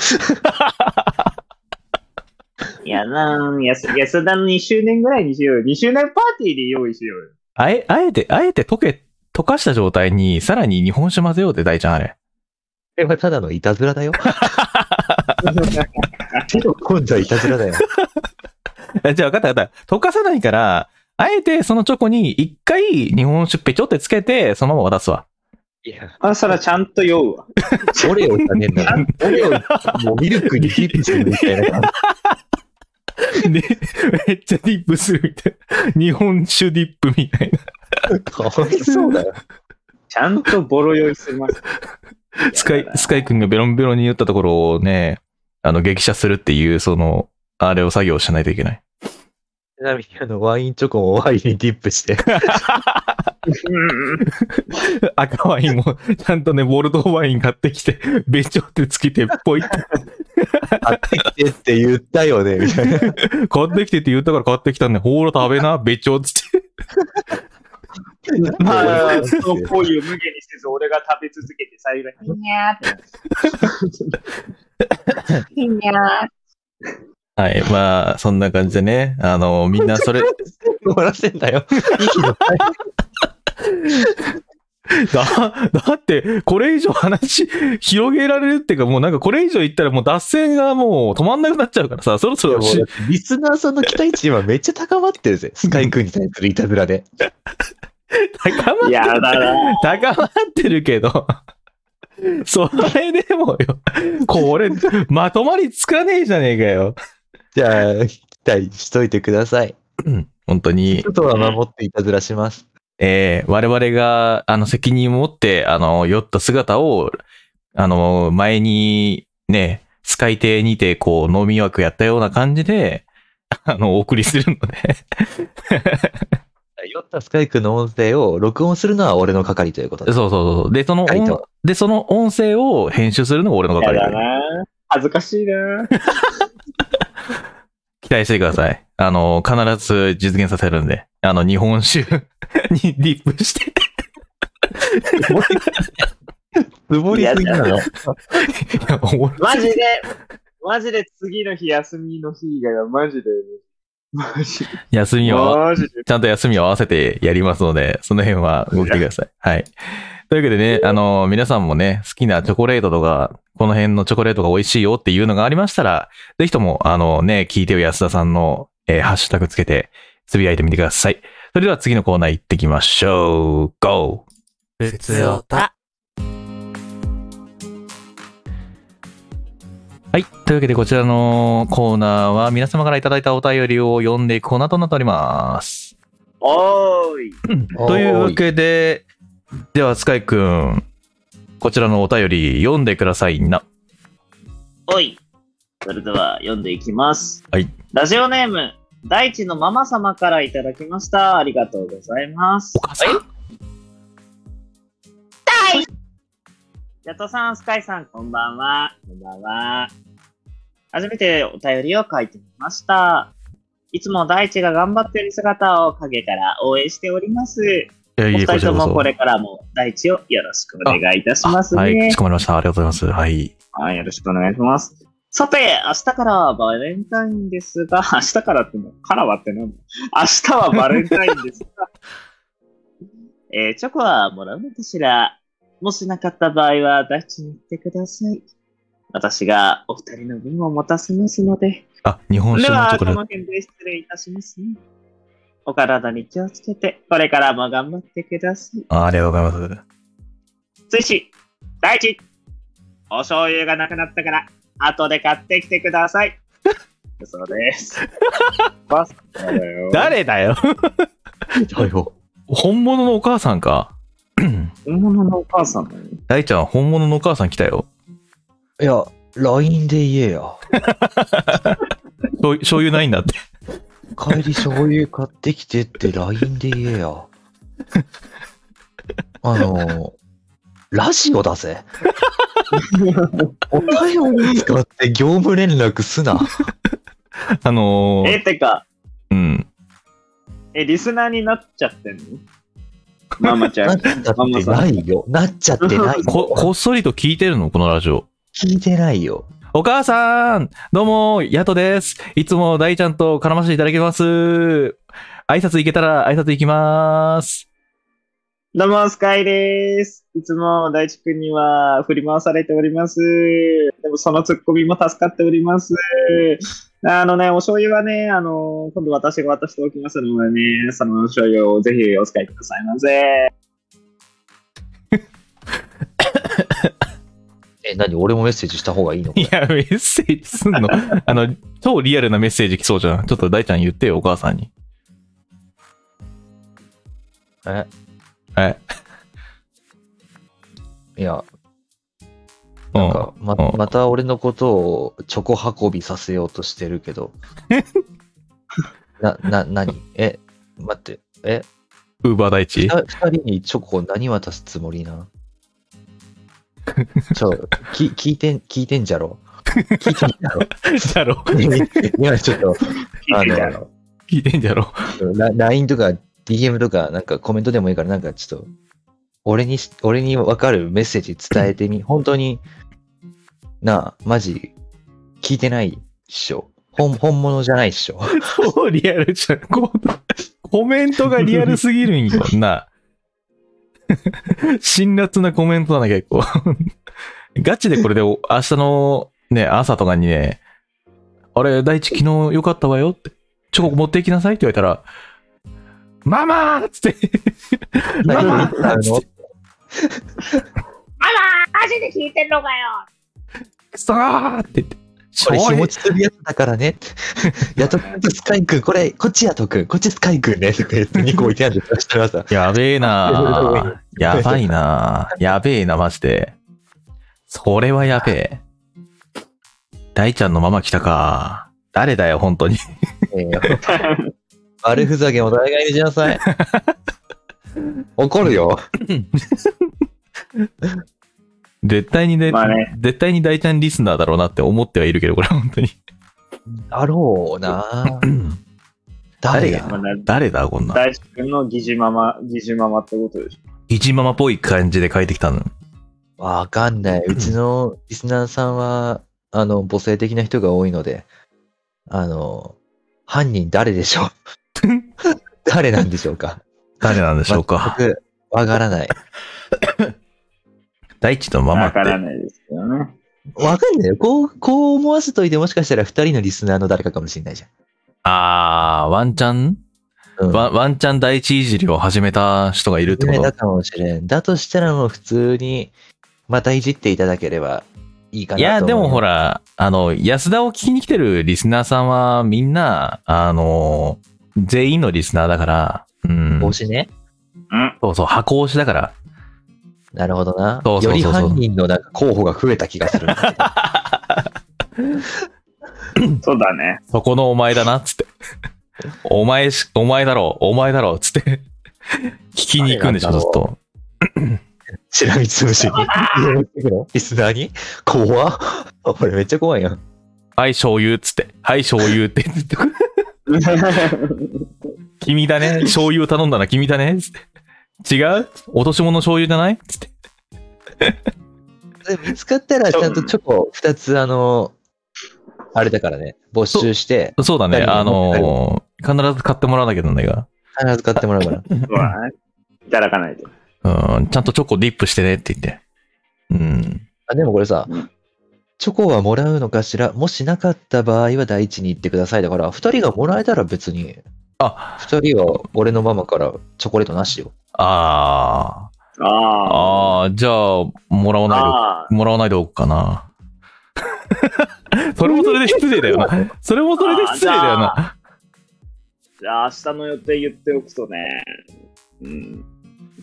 Speaker 2: いやなぁ、安安田の2周年ぐらいにしようよ。2周年パーティーで用意しようよ。
Speaker 1: あえ、あえて、あえて溶け、溶かした状態に、さらに日本酒混ぜようって、大ちゃんあれ。
Speaker 3: これはただのいたずらだよ。手の込んじゃいたずらだよ。
Speaker 1: えじゃあ分かった分かった。溶かさないから、あえてそのチョコに一回日本酒ペチョってつけて、そのまま渡すわ。
Speaker 3: いや、
Speaker 2: あ、そらちゃんと酔うわ。
Speaker 3: オレオじゃねえんだ から。オレオ、もうミルクにディップするみたいな。
Speaker 1: で、めっちゃディップするみたいな。日本酒ディップみたい
Speaker 3: かわいそうだよ。
Speaker 2: ちゃんとボロ酔いするます。
Speaker 1: な。スカイ、スカイ君がベロンベロンに言ったところをね、あの、激写するっていう、その、あれを作業しないといけない。
Speaker 3: ちなみに、あの、ワインチョコもワインにディップ して。
Speaker 2: うん
Speaker 1: 赤ワインも、ちゃんとね、ボルドーワイン買ってきて、 べちょってつけて、ポイって、
Speaker 3: 買ってきてって言ったよね、みたいな。
Speaker 1: 買ってきてって言ったから買ってきたんで、ほーら食べ な、べちょつって。
Speaker 2: まあ、その行為を無限にせず、俺が食べ続けて、最後に、にゃーって
Speaker 4: いいな。
Speaker 1: はい、まあ、そんな感じでね、あの、みんなそ れ、
Speaker 3: 終わらせんだよ。息の合
Speaker 1: だ、だって、これ以上話、広げられるっていうか、もうなんかこれ以上言ったらもう脱線がもう止まんなくなっちゃうからさ、そろそろ
Speaker 3: 間
Speaker 1: し
Speaker 3: も、リスナーさんの期待値今めっちゃ高まってるぜ。スカイ君に対するいたずらで。
Speaker 1: 高まっ
Speaker 2: いやだな。
Speaker 1: 高まってるけど、 それでもよ、これ、まとまりつかねえじゃねえかよ。
Speaker 3: じゃあ、期待しといてください。
Speaker 1: うん本当に
Speaker 3: ちょ、っとは守っていたずらします。
Speaker 1: えー我々が、あの、責任を持って、あの、酔った姿を、あの、前に、ね、使い手にて、こう、飲み枠やったような感じで、あの、お送りするので。
Speaker 3: 酔ったスカイ君の音声を録音するのは俺の係というこ
Speaker 1: そ
Speaker 3: と
Speaker 1: う
Speaker 3: です。
Speaker 1: そうそう。で、その
Speaker 3: はい
Speaker 1: 音
Speaker 3: と、
Speaker 1: で、その音声を編集するのが俺の
Speaker 2: や
Speaker 1: 係
Speaker 2: だ
Speaker 1: で。
Speaker 2: な恥ずかしいな
Speaker 1: 期待してください。あの、必ず実現させるんで。あの、日本酒 にディップして、
Speaker 3: つぼりすぎなの。
Speaker 1: いやおもろ
Speaker 2: マジで、マジで次の日休みの日以外はマジで、マジで。
Speaker 1: 休みを、
Speaker 2: マジで。
Speaker 1: ちゃんと休みを合わせてやりますので、その辺はご期待ください。はい。というわけでね、あの、皆さんもね、好きなチョコレートとか、この辺のチョコレートが美味しいよっていうのがありましたら、ぜひとも、あのね、聞いてよ安田さんの、えーハッシュタグつけて、つぶやいてみてください。それでは次のコーナー行ってきましょう。GO!
Speaker 5: 普通おた。
Speaker 1: はい。というわけで、こちらのコーナーは、皆様からいただいたお便りを読んでいくコーナーとなっております。
Speaker 2: おーい。
Speaker 1: というわけで、では、スカイくん、こちらのお便り読んでくださいな。
Speaker 4: おい。それでは読んでいきます。
Speaker 1: はい。
Speaker 4: ラジオネーム、大地のママ様からいただきました。ありがとうございます
Speaker 1: お。母さん。
Speaker 4: ヤトさん、スカイさん、こんばんは。こんばんは。初めてお便りを書いてみました。いつも大地が頑張っている姿を陰から応援しております。
Speaker 1: いや
Speaker 4: お
Speaker 1: い
Speaker 4: 二
Speaker 1: や、こ
Speaker 4: 人
Speaker 1: ちら
Speaker 4: と
Speaker 1: こそ
Speaker 4: もこれからも大地をよろしくお願いいたしますね。
Speaker 1: はい、かしこまりました。ありがとうございます。はい。
Speaker 4: はい、よろしくお願いします。さて、明日からはバレンタインですが、 明日からってもう、からはってなんだ明日はバレンタインですが、 えーチョコはもらうのかしらもしなかった場合は、大地に行ってください。私がお二人の分を持たせますので、
Speaker 1: あ、日本
Speaker 4: で
Speaker 1: 酒のチ
Speaker 4: は、
Speaker 1: ョコ
Speaker 4: こ
Speaker 1: レ
Speaker 4: の
Speaker 1: ート。
Speaker 4: 辺で失礼いたしますね。お体に気をつけて、これからも頑張ってください。
Speaker 1: あありがとうございます。
Speaker 4: 寿司、大地、お醤油がなくなったから、後で買ってきてくだ さい。そうです。
Speaker 2: バスターだよ。
Speaker 1: 誰だよ
Speaker 3: はいほ
Speaker 1: 本物のお母さんか。
Speaker 2: 本物のお母さんだよ。
Speaker 1: 大ちゃん、本物のお母さん来たよ。
Speaker 3: いや、LINE で言えよ。
Speaker 1: 醤油醤油ないんだって。
Speaker 3: 帰り醤油買ってきてって LINE で言えよ。 あの、ラジオ だぜ。お便り使って業務連絡すな。
Speaker 1: あの
Speaker 2: え、
Speaker 1: ー、
Speaker 2: てか、
Speaker 1: うん。
Speaker 2: え、リスナーになっちゃってんのママちゃ
Speaker 3: なんっ。ちゃってないよ。なっちゃってない
Speaker 1: こ、
Speaker 3: よ。
Speaker 1: こっそりと聞いてるのこのラジオ。
Speaker 3: 聞いてないよ。
Speaker 1: お母さんどうも、ヤトです。いつも大ちゃんと絡ませていただきます。挨拶行けたら挨拶行きます。
Speaker 2: どうも、スカイです。いつも大地君には振り回されております。でもそのツッコミも助かっております。あのね、お醤油はね、あの、今度私が渡しておきますのでね、そのお醤油をぜひお使いくださいませ。
Speaker 3: え、何俺もメッセージした方がいいのこ
Speaker 1: い
Speaker 3: れ
Speaker 1: や、メッセージすん の。あの、超リアルなメッセージ来そうじゃん。ちょっと大ちゃん言ってよ、お母さんに。
Speaker 3: え
Speaker 1: え、
Speaker 3: いや、
Speaker 1: う
Speaker 3: なん
Speaker 1: ん。
Speaker 3: かま
Speaker 1: うん
Speaker 3: また俺のことをチョコ運びさせようとしてるけ ど。な、な、なにえ、待って、え、
Speaker 1: ウーバー大
Speaker 3: ふ
Speaker 1: 地
Speaker 3: た二人にチョコを何渡すつもりなちょ、き聞いてん、聞いてんじゃろ聞いてんじゃろ
Speaker 1: だろ
Speaker 3: 今ちょっと、あの、
Speaker 1: 聞いてんじゃろ
Speaker 3: な LINE とか DM とか、なんかコメントでもいいから、なんかちょっと、俺にし、俺にわかるメッセージ伝えてみ、本当に、なあ、マジ、聞いてないっしょ。本、本物じゃないっしょ。
Speaker 1: 超リアルじゃん。こコメントがリアルすぎるんよ。な あ。辛辣なコメントだな、結構。 ガチでこれでお明日のね、朝とかにね、あれ、大地昨日良かったわよって、チョコ持っていきなさいって言われたら、ママーっつって、ママ
Speaker 3: 何言
Speaker 1: ーっつ
Speaker 3: って
Speaker 1: ったて
Speaker 3: の、
Speaker 4: あら、マジで聞いてんのかよ。
Speaker 1: クソーって言って、
Speaker 3: これ日
Speaker 1: 醤
Speaker 3: 持
Speaker 1: 油
Speaker 3: ちするやつだから ね。やとくんとスカイくん、これ、こっちやとくん、こっちスカイくんね。とか言って2個置いてあるんですよ。さ
Speaker 1: やべえなぁやばいなぁやべえな、マジで。それはやべえ。大ちゃんのまま来たか。誰だよ、本当に。
Speaker 3: えー悪ふざけも大概にしなさい。怒るよ。
Speaker 1: 絶対にね、
Speaker 2: まあね
Speaker 1: 絶対に大ちゃんリスナーだろうなって思ってはいるけど、これ本当に。
Speaker 3: だろうな。誰や
Speaker 2: まあね
Speaker 1: 誰だ、こんな。
Speaker 2: 大地君の疑似ママ、疑似ママってことでしょ。
Speaker 1: いじままっぽい感じで書いてきたの。
Speaker 3: わかんない。うちのリスナーさんは、あの、母性的な人が多いので、あの、犯人誰で しょう誰なんでしょうか
Speaker 1: 誰なんでしょうか。
Speaker 3: 全くわからない。
Speaker 1: 大地のまま
Speaker 2: わ
Speaker 1: って
Speaker 2: か。らないですけどね。
Speaker 3: わかんないよ。こう、こう思わせといてもしかしたら二人のリスナーの誰かかもしれないじ
Speaker 1: あー、ワンチャン、
Speaker 3: ゃん。うん。
Speaker 1: ワンワンチャン第一いじりを始めた人がいるってこ
Speaker 3: だ
Speaker 1: と
Speaker 3: かもしれん。だとしたらもう普通に、またいじっていただければいいか
Speaker 1: い
Speaker 3: な
Speaker 1: や、
Speaker 3: と思
Speaker 1: で
Speaker 3: う。
Speaker 1: もほ。ら、あの、安田を聞きに来てるリスナーさんは、みんな、あの、全員のリスナーだから、うん。
Speaker 3: 帽子ね。
Speaker 1: そうそう、箱推しだから。
Speaker 3: なるほどな。
Speaker 1: そうそうそうそう
Speaker 3: より犯人のなんか候補が増えた気が する。
Speaker 2: そう だね。
Speaker 1: そこのお前だな、つ って。お前し、お前だろう、お前だろう、つって。聞きに行くんでしょ、
Speaker 3: 誰
Speaker 1: ずっ
Speaker 3: なんだろう
Speaker 1: と。
Speaker 3: しらみつぶ しに。リスナーに怖っ。俺めっちゃ怖いやん。
Speaker 1: はい、醤油、つって。はい、醤油って言 って。君だね、醤油を頼んだな、君だね、つって。違う落とし物醤油じゃないつって。
Speaker 3: で見つかったらちゃんとチョコ2つ、あの、あれだからね、没収して、
Speaker 1: そうだね、
Speaker 3: 誰
Speaker 1: あ
Speaker 3: なの
Speaker 1: のー必ず買ってもらわなきゃなんないが。
Speaker 3: 必ず買ってもらうから。
Speaker 2: そうだね。いただかないと。
Speaker 1: うん、ちゃんとチョコディップしてねって言って。うん。
Speaker 3: あでもこれさ
Speaker 2: うん、
Speaker 3: チョコはもらうのかしらもしなかった場合は第一に行ってください。だから、2人がもらえたら別に、
Speaker 1: あ、
Speaker 3: 2人は俺のママからチョコレートなしよ。
Speaker 1: あー。
Speaker 2: ああ。
Speaker 1: あー、じゃあ、もらわないで
Speaker 2: ああ。
Speaker 1: もらわないでおくかな。 それもそれで失礼だよな。それもそれで失礼だよな。
Speaker 2: じゃあ、明日の予定言っておくとね。うん。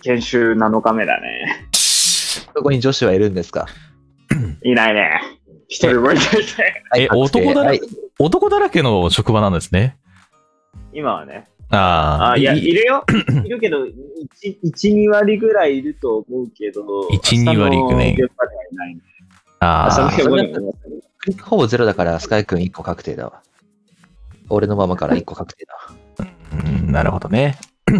Speaker 2: 研修7日目だね。
Speaker 3: そこに女子はいるんですか
Speaker 2: いないね。一人もいないね。
Speaker 1: え
Speaker 3: はい確定
Speaker 1: 男だら
Speaker 3: はい
Speaker 1: 男だらけの職場なんですね。
Speaker 2: 今はね。
Speaker 1: あ
Speaker 2: あ
Speaker 1: あ、
Speaker 2: いや、いる よ。いるけど、1、2割ぐらいいると思うけど。
Speaker 1: 一二割いくね
Speaker 2: 明日の現場にはいないね。明日の
Speaker 1: あ
Speaker 2: 現場にはいない
Speaker 3: クリックほぼゼロだから、スカイ君1個確定だわ。俺のママから1個確定だ。
Speaker 1: あ、うんなるほどね。
Speaker 2: あ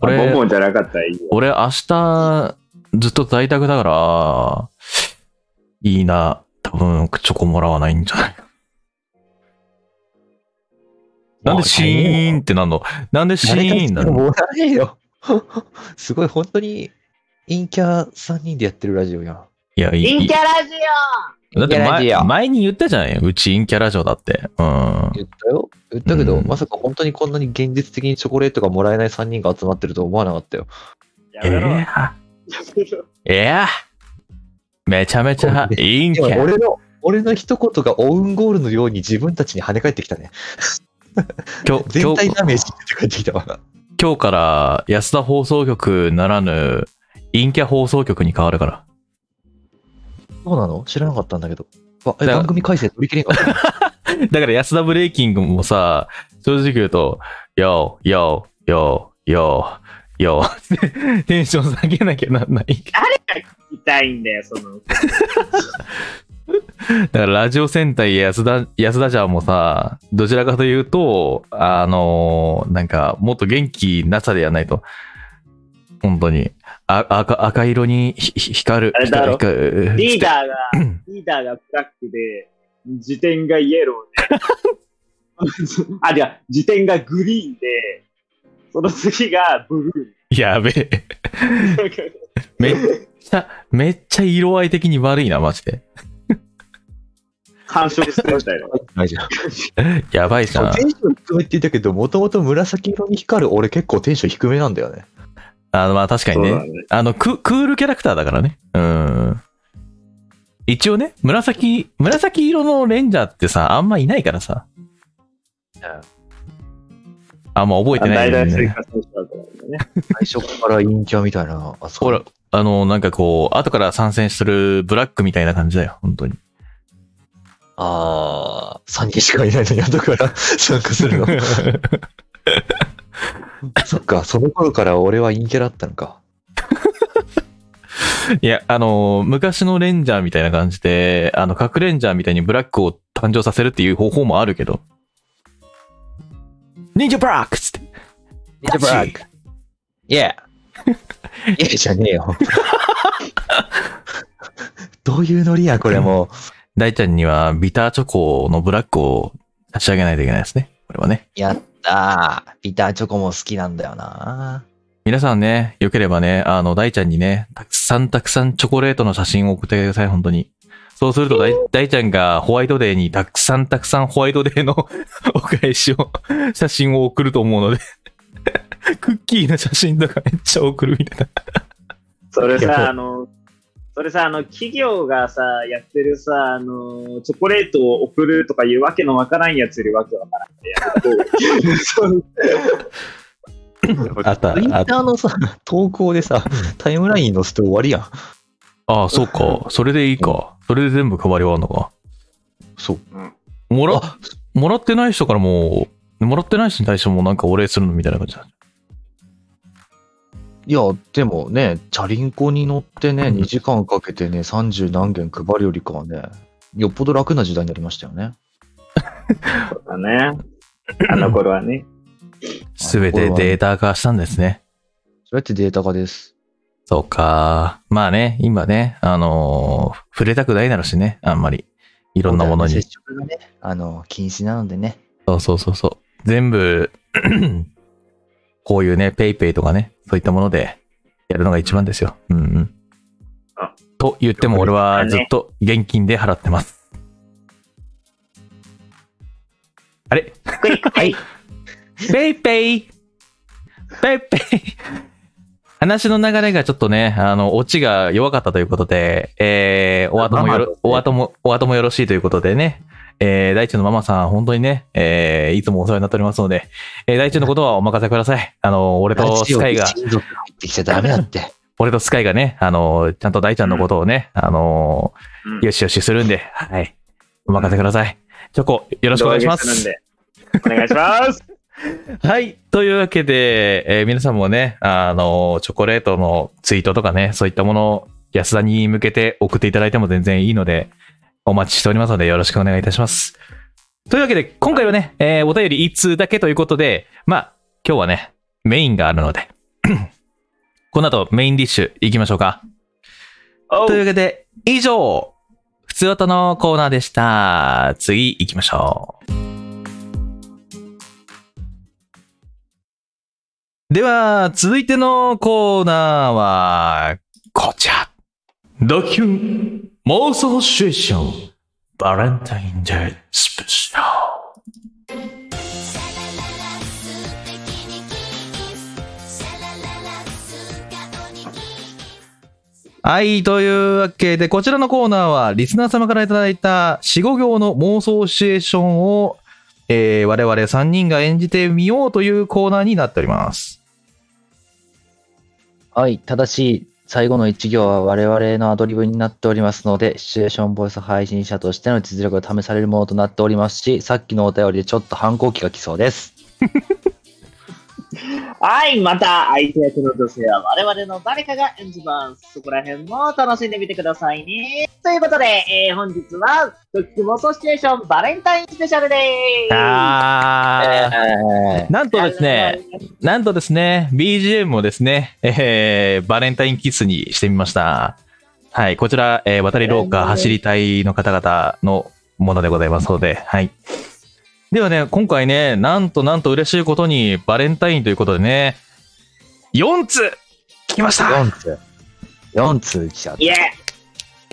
Speaker 2: ボンボ
Speaker 1: 俺、
Speaker 2: ンじゃなかったらいいよ。
Speaker 1: 俺明日ずっと在宅だから、いいな。多分、チョコもらわないんじゃないなんでシーンってなんのなんでシーンな
Speaker 3: 誰か
Speaker 1: の
Speaker 3: もらえよ。 すごい、本当に、陰キャ3人でやってるラジオやん。
Speaker 1: いや、いい。
Speaker 4: ャラジ
Speaker 1: だって
Speaker 3: 陰キャラジ
Speaker 1: 前
Speaker 3: オ
Speaker 1: 前に言ったじゃないうんち陰キャラジオだって。うん。
Speaker 3: 言ったよ。言ったけど、
Speaker 1: うん
Speaker 3: まさか本当にこんなに現実的にチョコレートがもらえない3人が集まってるとは思わなかったよ。
Speaker 2: や
Speaker 1: え
Speaker 2: めろ。や
Speaker 1: ー
Speaker 2: めろ
Speaker 1: いやめちゃめちゃ陰キ
Speaker 3: 今、
Speaker 1: ャ
Speaker 3: 俺の、俺の一言がオウンゴールのように自分たちに跳ね返ってきたね。
Speaker 1: 今日
Speaker 3: 全
Speaker 1: 今
Speaker 3: 体
Speaker 1: 日
Speaker 3: ダメージって返ってきたわ。
Speaker 1: 今日から安田放送局ならぬ陰キャ放送局に変わるから。
Speaker 3: そうなの知らなかったんだけど。ばえ
Speaker 1: だ
Speaker 3: 番組改正取り切れんかった
Speaker 1: だから安田ブレイキングもさ、正直言うと、よーよーよーよーよーテンション下げなきゃなんない。
Speaker 2: 痛いんだよ、その。
Speaker 1: だからラジオ戦隊安田、安田じゃんもさ、どちらかというと、あのーなんか、もっと元気なさでやんないと。本当に。あ赤赤色にひひ光る。
Speaker 2: あれだろ
Speaker 1: 光る
Speaker 2: リーダーが、リーダーがブラックで、辞典がイエローで、 あ、いや、辞典がグリーンで、その次がブル
Speaker 1: やべえ。
Speaker 2: ー。
Speaker 1: めっちゃ、めっちゃ色合い的に悪いな、マジで。
Speaker 2: 干渉してみたいな。
Speaker 3: ない じゃん。
Speaker 1: やばいじゃん
Speaker 3: テ。ンション低めって言ったけど、もともと紫色に光る俺結構テンション低めなんだよね。
Speaker 1: あの、まあ確かに
Speaker 2: そうだ
Speaker 1: ね。
Speaker 2: ね
Speaker 1: あのク、クールキャラクターだからね。うん。一応ね、紫、紫色のレンジャーってさ、あんまいないからさ。あんま覚えてな
Speaker 2: 大
Speaker 1: い、
Speaker 2: 々
Speaker 1: ね。
Speaker 2: 追加選手だと思うんだよね。
Speaker 3: 最初から陰キャみたいな。あそう
Speaker 1: ほら、あの、なんかこう、後から参戦するブラックみたいな感じだよ、本当に。
Speaker 3: ああ、3人しかいないのに後から参加するの。 そっか、その頃から俺は陰キャだったのか。
Speaker 1: いや、あのー昔のレンジャーみたいな感じで、あの、核レンジャーみたいにブラックを誕生させるっていう方法もあるけど。忍者ブラックっつって。
Speaker 3: 忍者ブラック。イ ェーイェーじゃねえよ。 どういうノリや、これもう。
Speaker 1: 大ちゃんにはビターチョコのブラックを差し上げないといけないですね。これはね。
Speaker 3: やったー。ビターチョコも好きなんだよな
Speaker 1: 皆さんね、よければね、あの、大ちゃんにね、たくさんたくさんチョコレートの写真を送ってください、本当に。そうすると大、大ちゃんがホワイトデーにたくさんたくさんホワイトデーの お返しを、写真を送ると思うので、 クッキーの写真とかめっちゃ送るみたいな。
Speaker 2: それ
Speaker 3: いやそう
Speaker 2: さ、あの、それさ、あの、企業がさ、やってるさ、あの、チョコレートを送るとかいうわけのわからんやつよりわ けわからんってやるそう
Speaker 3: あった、ツイッターのさ、投稿でさ、タイムラインに載せて終わりやん。
Speaker 1: ああ、そうか。それでいいか。それで全部配り終わるのか。
Speaker 3: そう。
Speaker 1: もら、
Speaker 3: あ、
Speaker 1: もらってない人からもう、もらってない人に対してもなんかお礼するのみたいな感じだ。
Speaker 3: いや、でもね、チャリンコに乗ってね、
Speaker 1: うん
Speaker 3: 2時間かけてね、30何件配るよりかはね、よっぽど楽な時代になりましたよね。
Speaker 2: だね。あの頃 はね。
Speaker 1: すべてデータ化したんですね。
Speaker 3: そうやってデータ化です。
Speaker 1: そうか。まあね、今ね、あのー触れたくないだろうしね、あんまり。いろんなものに
Speaker 3: 接。触がね、あの、禁止なのでね。
Speaker 1: そうそうそうそう。全部、 こういうね、ペイペイとかね、そういったものでやるのが一番ですよ。うんうん
Speaker 2: あ。
Speaker 1: と言っても俺はずっと現金で払ってます。あれ
Speaker 2: はい。
Speaker 1: ペイペイペイペイ話の流れがちょっとね、あの、オチが弱かったということで、えー、お後もよろ、お後も、お後もよろしいということでね、えー、大地のママさん、本当にね、えー、いつもお世話になっておりますので、えー、大地のことはお任せください。あの、俺とスカイが
Speaker 3: ラ、ジオに親族が入ってきちゃダメだって。
Speaker 1: 俺とスカイがね、あの、ちゃんと大ちゃんのことをね、あの、
Speaker 2: うん
Speaker 1: よしよしするんで、はい。お任せください。チョコ、よろしくお願いします。
Speaker 2: お願いします。
Speaker 1: はい。というわけで、えー皆さんもね、あの、チョコレートのツイートとかね、そういったものを安田に向けて送っていただいても全然いいので、お待ちしておりますので、よろしくお願いいたします。というわけで、今回はね、えーお便り1通だけということで、まあ、今日はね、メインがあるので、 この後メインディッシュ行きましょうか。
Speaker 2: お
Speaker 1: という
Speaker 2: う
Speaker 1: わけで、以上、普通音のコーナーでした。次行きましょう。では、続いてのコーナーは、こちら。ドキュン妄想シチュエーションバレンタインデースペシャル。はい、というわけで、こちらのコーナーは、リスナー様からいただいた4、5行の妄想シチュエーションを、えー我々3人が演じてみようというコーナーになっております。
Speaker 3: はい、ただし、最後の一行は我々のアドリブになっておりますので、シチュエーションボイス配信者としての実力が試されるものとなっておりますし、さっきのお便りでちょっと反抗期が来そうです。
Speaker 4: はい、また相手役の女性は我々の誰かが演じます。そこら辺も楽しんでみてくださいね。ということで、えー本日は、ドッキ妄想シチュエーションバレンタインスペシャルでーす。
Speaker 1: あ
Speaker 3: え
Speaker 1: なんとですね、なんとですね、BGM をですね、えーバレンタインキスにしてみました。はい、こちら、えー渡り廊下走り隊の方々のものでございますので、はい。ではね、今回ね、なんとなんと嬉しいことに、バレンタインということでね、4つ来まし
Speaker 3: ー、
Speaker 1: た
Speaker 3: 4通。4通来ちゃった。
Speaker 4: イエ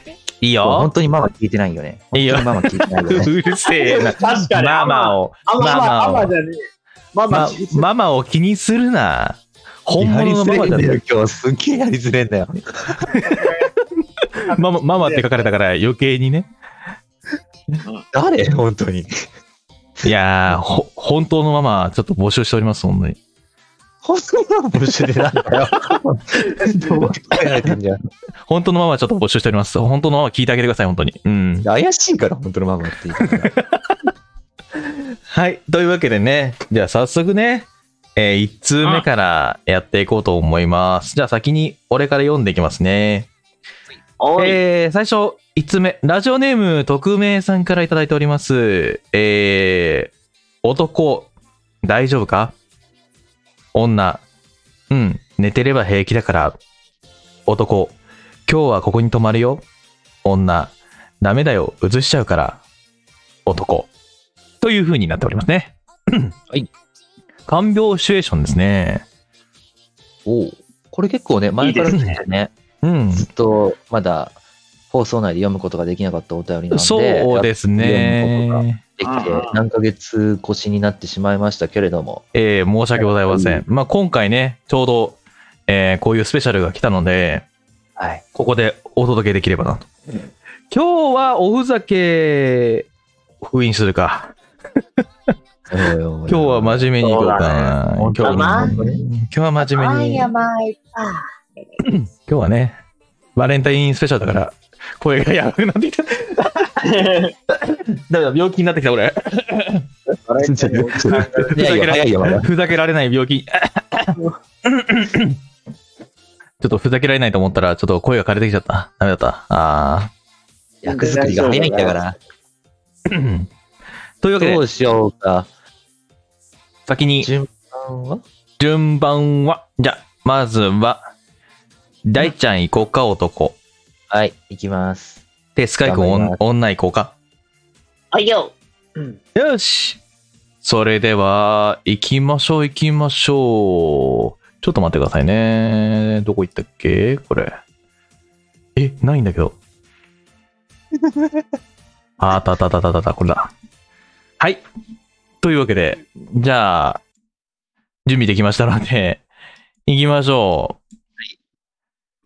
Speaker 4: ー
Speaker 1: いい
Speaker 3: 本
Speaker 1: よ。
Speaker 3: 当にママ聞いてないよね。
Speaker 1: いいよ
Speaker 3: 本当にママ聞いてな
Speaker 1: う
Speaker 3: い よね。
Speaker 1: るせえな。
Speaker 4: 確かに
Speaker 1: ママを、
Speaker 4: あまあま
Speaker 1: マ
Speaker 4: あ、ま
Speaker 1: マ
Speaker 4: あ
Speaker 1: を
Speaker 4: じゃねえ。ママ
Speaker 1: ま、ママを気にするな。本物のママじゃ
Speaker 3: やりづれえんだ
Speaker 1: ない
Speaker 3: よ。今日すっげえやりづれえんだよ。
Speaker 1: ママ、ママって書かれたから余計にね。
Speaker 3: 誰本当に。
Speaker 1: いやー、ほ、本当のママ、ちょっと募集しております、本当に。
Speaker 3: 本当にママ募集でなんだよ。どう考えられてんじゃん。
Speaker 1: 本当のままちょっと募集しております。本当のまま聞いてあげてください、本当に。うん。
Speaker 3: 怪しいから、本当のママって言い方が
Speaker 1: はい。というわけでね、じゃあ早速ね、え1通目からやっていこうと思います。じゃあ先に俺から読んでいきますね。
Speaker 4: おい、
Speaker 1: えー最初、1通目、ラジオネーム匿名さんからいただいております。えー男、大丈夫か女、うん、寝てれば平気だから。男、今日はここに泊まるよ。女、ダメだよ、うずしちゃうから。男、という風になっておりますね。
Speaker 3: はい。
Speaker 1: 看病シチュエーションですね。
Speaker 3: おうこれ結構ね、前から
Speaker 4: いい
Speaker 3: 来
Speaker 4: です
Speaker 3: て
Speaker 4: ね
Speaker 3: たね。
Speaker 1: うん。
Speaker 3: ずっと、まだ、放送内で読むことができなかったお便りなんで、
Speaker 1: そうです
Speaker 3: 読むことが
Speaker 1: ね。
Speaker 3: でき
Speaker 4: あ
Speaker 3: て、何ヶ月越しになってしまいましたけれども、
Speaker 1: えー申し訳ございません。まあ、今回ね、ちょうど、えーこういうスペシャルが来たので、
Speaker 3: はい。
Speaker 1: ここでお届けできればなと。今日はおふざけ、封印するか。
Speaker 3: 今
Speaker 1: 今日は真面目にいこうかな。
Speaker 3: そうだ
Speaker 1: 今日
Speaker 3: ね本当だね
Speaker 1: 今日は真面目に。今
Speaker 4: 甘いパー。
Speaker 1: 日はね、バレンタインスペシャルだから、声がやばくなってきた。だめだ、病気になってきた、俺。
Speaker 3: いやいや、早いよ、まだ。
Speaker 1: ふざけられない 病気。ちょっとふざけられないと思ったら、ちょっと声が枯れてきちゃった。ダメだった。ああ
Speaker 3: 役作りが早いんだから。
Speaker 1: ー。 というわけ
Speaker 3: ど
Speaker 1: で、
Speaker 3: うしようか。
Speaker 1: 先に
Speaker 3: 順番は
Speaker 1: 順番は、じゃあ、まずは、大ちゃん行こうか、男。
Speaker 3: はい、いきます。
Speaker 1: で、スカイ君
Speaker 3: 頑張り
Speaker 1: 女
Speaker 3: ます
Speaker 1: 女行こうか。
Speaker 4: あいよ。
Speaker 1: よし。それでは、行きましょう、行きましょう。ちょっと待ってくださいね。どこ行ったっけこれ。え、ないんだけど。ああったあったあったあったあった、これだ。はい。というわけで、じゃあ、準備できましたので、行きましょう。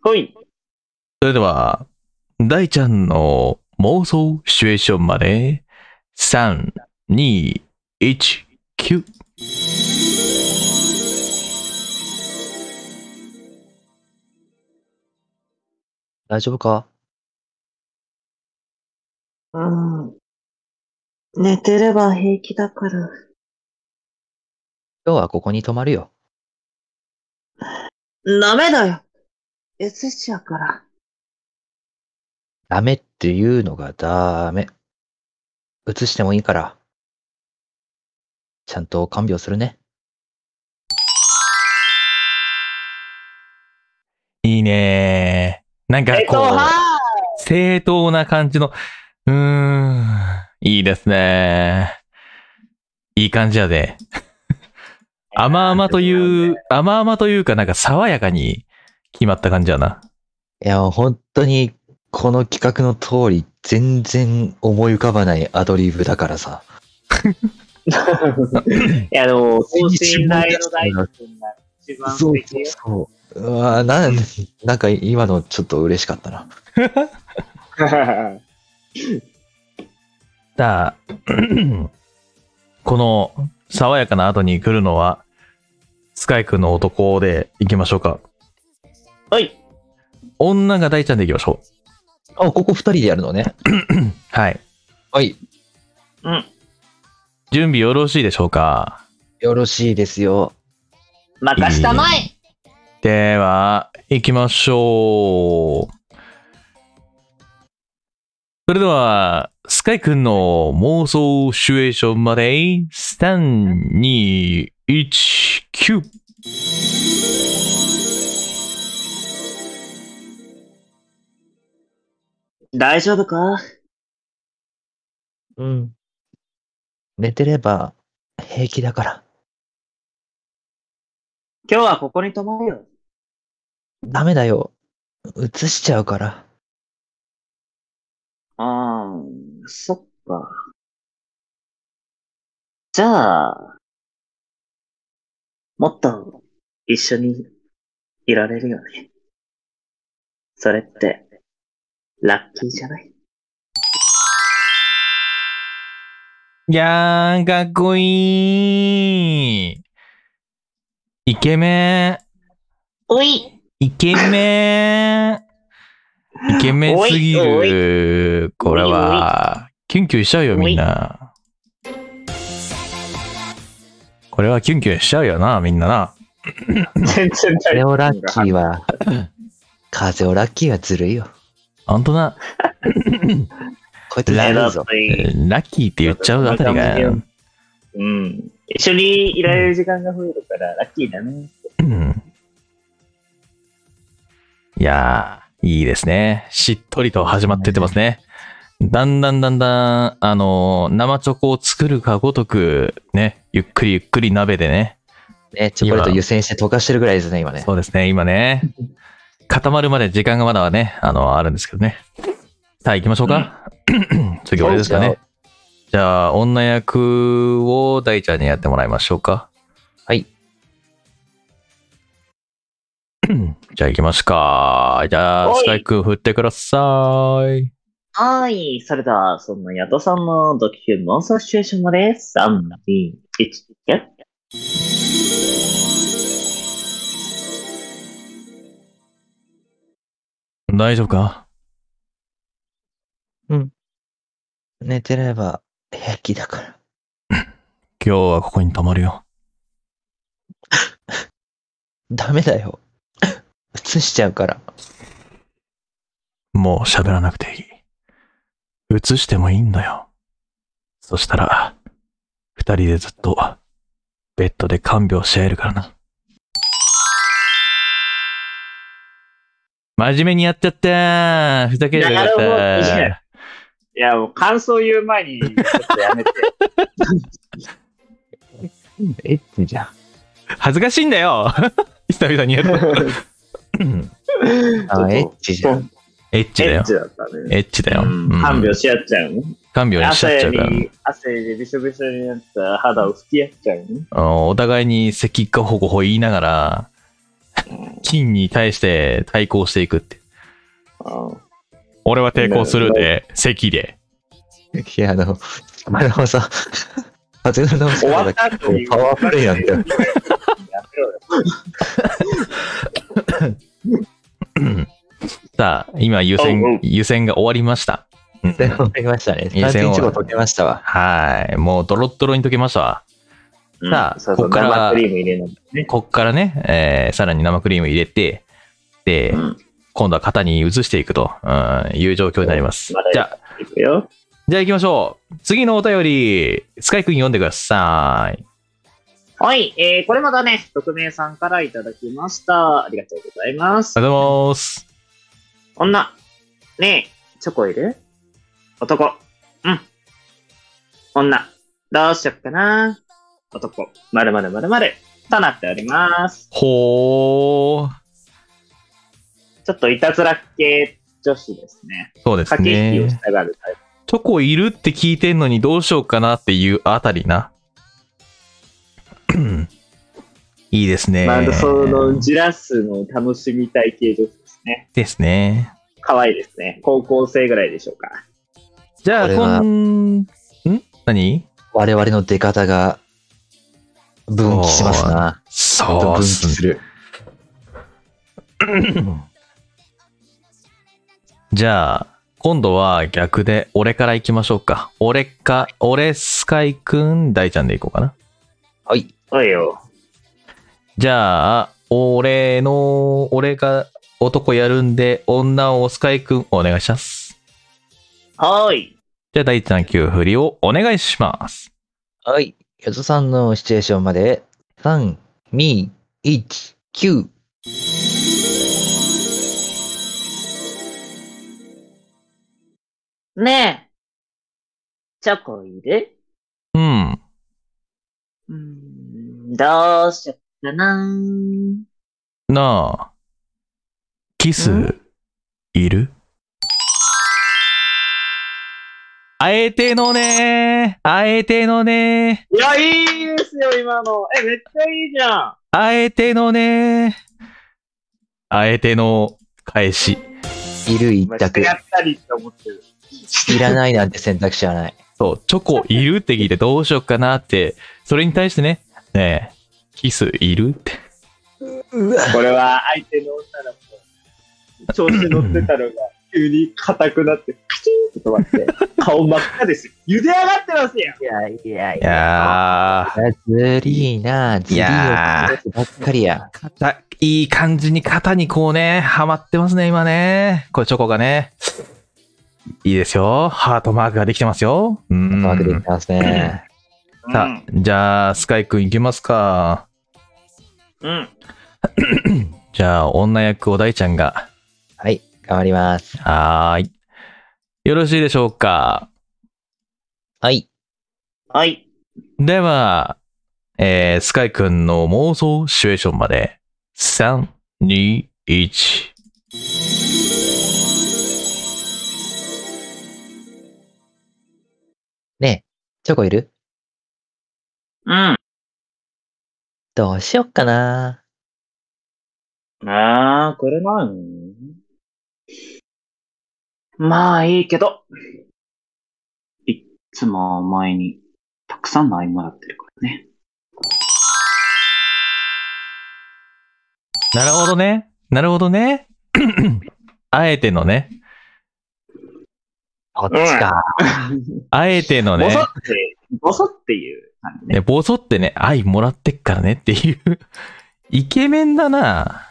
Speaker 4: ほい。
Speaker 1: それでは、大ちゃんの妄想シチュエーションまで、3、2、1、9。
Speaker 3: 大丈夫か
Speaker 4: うん。寝てれば平気だから。
Speaker 3: 今日はここに泊まるよ。
Speaker 4: ダメだよ。えつしちゃうから。
Speaker 3: ダメっていうのがダメ。移してもいいから。ちゃんと看病するね。
Speaker 1: いいねーなんか
Speaker 4: えっと、
Speaker 1: こう、
Speaker 4: は
Speaker 1: 正当な感じの、うーん、いいですねいい感じやで。甘々という、甘々というかなんか爽やかに決まった感じやな。
Speaker 3: いや、本当に、この企画の通り、全然思い浮かばないアドリブだからさ。
Speaker 4: い。いや、でも、等身大の大工君が一番素
Speaker 3: そう
Speaker 4: 敵よ。
Speaker 3: そう。うわなん、なんか今のちょっと嬉しかったな。
Speaker 1: だ この爽やかな後に来るのはスカイくんの男でいきましょうか
Speaker 4: はい
Speaker 1: 女が大ちゃんでいきましょう
Speaker 3: あ、ここ二人でやるのね。
Speaker 1: はい
Speaker 3: はい。
Speaker 1: 準備よろしいでしょうか
Speaker 3: よろしいですよ。
Speaker 4: 任したまえ。
Speaker 1: では行きましょうそれではスカイくんの妄想シチュエーションまで3219
Speaker 4: 大丈夫か
Speaker 3: うん。寝てれば平気だから。
Speaker 4: 今日はここに泊まるよ。
Speaker 3: ダメだよ。移しちゃうから。
Speaker 4: ああ、そっか。じゃあ、もっと一緒にいられるよね。それって、ラッキーじゃない
Speaker 1: いやー、かっこいい。イケメ
Speaker 4: おい
Speaker 1: ン。イケメン。イケメンすぎ
Speaker 2: おい
Speaker 1: る。これは、キュンキュンしちゃうよ、みんな。これはキュンキュンしちゃうよな、みんなな。
Speaker 6: 全然大
Speaker 3: カゼ
Speaker 6: 丈
Speaker 3: オ
Speaker 6: 夫。
Speaker 3: ラッキーは、カゼオラッキーはずるいよ。
Speaker 1: ほんとな、
Speaker 3: こいつずるいぞ。
Speaker 1: ラッキーって言っちゃうあたりが、う
Speaker 6: うん。
Speaker 2: 一緒にいられる時間が増えるから、ラッキーだね。
Speaker 1: んいやー、いいですね。しっとりと始まってってますね。だんだんだんだん、あのー生チョコを作るかごとく、ね、ゆっくりゆっくり鍋でね、
Speaker 3: ね、チョコレート湯煎して溶かしてるぐらいですね、今ね。
Speaker 1: そうですね、今ね。固まるまで時間がまだはね、あの、あるんですけどね。さあ、行きましょうか。 次、俺ですかね。じゃあ、女役を大ちゃんにやってもらいましょうか。
Speaker 3: はい。
Speaker 1: じゃあ、行きますか。じゃあ、
Speaker 2: おい
Speaker 1: スカイ君振ってください。
Speaker 2: はい。それでは、そんなヤトさんのドキュンモンスターシチュエーションまで、3、2、1、ギュッ
Speaker 1: 大丈夫か
Speaker 3: 寝てれば平気だから。
Speaker 1: 今日はここに泊まるよ。
Speaker 3: ダメだよ。映しちゃうから。
Speaker 1: もう喋らなくていい。映してもいいんだよ。そしたら、二人でずっと、ベッドで看病し合えるからな。真面目にやっちゃったーふざけるかった
Speaker 2: なるほどい
Speaker 1: ー
Speaker 2: や
Speaker 6: いや、もう感想言う前に、ちょっとや めて。
Speaker 3: エッチじゃん。
Speaker 1: 恥ずかしいんだよ 久々にや った。うん
Speaker 3: あ、エッチじゃん。
Speaker 1: エッチだ
Speaker 2: エ
Speaker 1: よ
Speaker 2: ッ。チだったね。
Speaker 1: エッチだよ。
Speaker 2: うん
Speaker 1: うん
Speaker 2: 看病し合っちゃうね。
Speaker 1: 看病にしちゃっちゃ
Speaker 2: 汗
Speaker 1: うからね。
Speaker 2: に、汗でびしょびしょになった肌を拭き合っちゃうね。
Speaker 1: あのお互いに咳かほごほ言いながら、金に対して対抗していくって。
Speaker 2: あー
Speaker 1: 俺は抵抗するで、咳で。
Speaker 3: いや、あの、前のさ、松浦の
Speaker 2: 終わっ
Speaker 3: さ、
Speaker 2: た後に
Speaker 3: パワープレイなんだよ。
Speaker 2: やめろよ。
Speaker 1: さあ、今湯
Speaker 2: うんう
Speaker 1: 煎
Speaker 2: ん、
Speaker 1: 湯煎が終わりました。うん
Speaker 3: でも、りましたね。
Speaker 1: いい線は
Speaker 3: 31号解けましたわ。
Speaker 1: はい。もうドロッドロに溶けましたわ。さあ
Speaker 2: そうそう
Speaker 1: こっから
Speaker 2: 生クリーム入れなね。
Speaker 1: こっからね、えーさらに生クリーム入れて、で、
Speaker 2: うん
Speaker 1: 今度は型に移していくと、うん、いう状況になります。
Speaker 2: まだ
Speaker 1: じゃあ、
Speaker 2: いくよ。
Speaker 1: じゃあ行きましょう。次のお便り、スカイ君読んでください。
Speaker 2: はい、えー、これまたね、匿名さんからいただきました。ありがとうございます
Speaker 1: あ。りがとうございます。
Speaker 2: 女、ねえ、チョコいる男、うん。女、どうしよっかな。男、まるまるまるまるとなっております。
Speaker 1: ほー。
Speaker 2: ちょっといたずら系女子ですね。
Speaker 1: そうです
Speaker 2: 駆け引きをし
Speaker 1: ね。
Speaker 2: たがるタイプ。
Speaker 1: チョコいるって聞いてんのにどうしようかなっていうあたりな。 うんいいですね。
Speaker 2: まあ、その、じらすのを楽しみたい系女子ですね。
Speaker 1: ですね。
Speaker 2: 可愛いですね。高校生ぐらいでしょうか。
Speaker 1: じゃあ、
Speaker 3: これ
Speaker 1: こ
Speaker 3: は
Speaker 1: ん、ん何
Speaker 3: 我々の出方が、分岐しますな。
Speaker 1: そうっ
Speaker 3: 分岐
Speaker 1: すね
Speaker 3: する。
Speaker 1: じゃあ、今度は逆で、俺から行きましょうか。俺か、俺、スカイくん、大ちゃんで行こうかな。
Speaker 3: はい。
Speaker 2: おいよ。
Speaker 1: じゃあ、俺の、俺が男やるんで、女をスカイくん、お願いします。
Speaker 2: はーい。
Speaker 1: じゃあ、大ちゃん9振りをお願いします。
Speaker 3: はい。よとさんのシチュエーションまで、3、2、1、9。
Speaker 2: ねえ。チョコいる
Speaker 1: うん。
Speaker 2: うーん、どうしよっかな。
Speaker 1: なあ、キス、いる会えてのねー会えてのね
Speaker 2: いや、いいですよ、今の。え、めっちゃいいじゃん。
Speaker 1: ー会えてのねー会えての返し。
Speaker 3: いる一
Speaker 2: 今
Speaker 3: 択。
Speaker 2: やったりって思ってる。
Speaker 3: いらないなんて選択肢はない。
Speaker 1: そう、チョコいるって聞いてどうしようかなって、それに対してね、ねえ、キスいるって。
Speaker 2: これは相手の女の子。調子乗ってたのが、急に硬くなって、カチンって止 まって、顔真っ赤ですよ。茹で上がってますよ
Speaker 4: いやいやい
Speaker 1: いや
Speaker 3: ずりーな、ずり
Speaker 1: や
Speaker 3: ーをばっかりや。
Speaker 1: ーたいい感じに肩にこうね、はまってますね、今ね。これチョコがね。いいですよ。ハートマークができてますよ。う。
Speaker 3: うんまくできてますね。
Speaker 1: さあ、じゃあ、スカイくんいきますか。
Speaker 2: うん。うん。
Speaker 1: じゃあ、女役お大ちゃんが。
Speaker 3: はい、頑張ります。
Speaker 1: はーい。よろしいでしょうか。
Speaker 3: はい。
Speaker 2: はい。
Speaker 1: では、えー、スカイくんの妄想シチュエーションまで。3、2、1。
Speaker 3: ねえ、チョコいる
Speaker 4: うん。
Speaker 3: どうしよっかな。
Speaker 4: あー、これなの
Speaker 2: まあいいけど。
Speaker 4: いつもお前に、たくさんの愛もらってるからね。
Speaker 1: なるほどね。なるほどね。 あえてのね。
Speaker 3: こっちか。
Speaker 1: あえてのね。
Speaker 4: ボソって、ボソっていう感じね。
Speaker 1: ね、ボソってね、愛もらってっからねっていう。 イケメンだな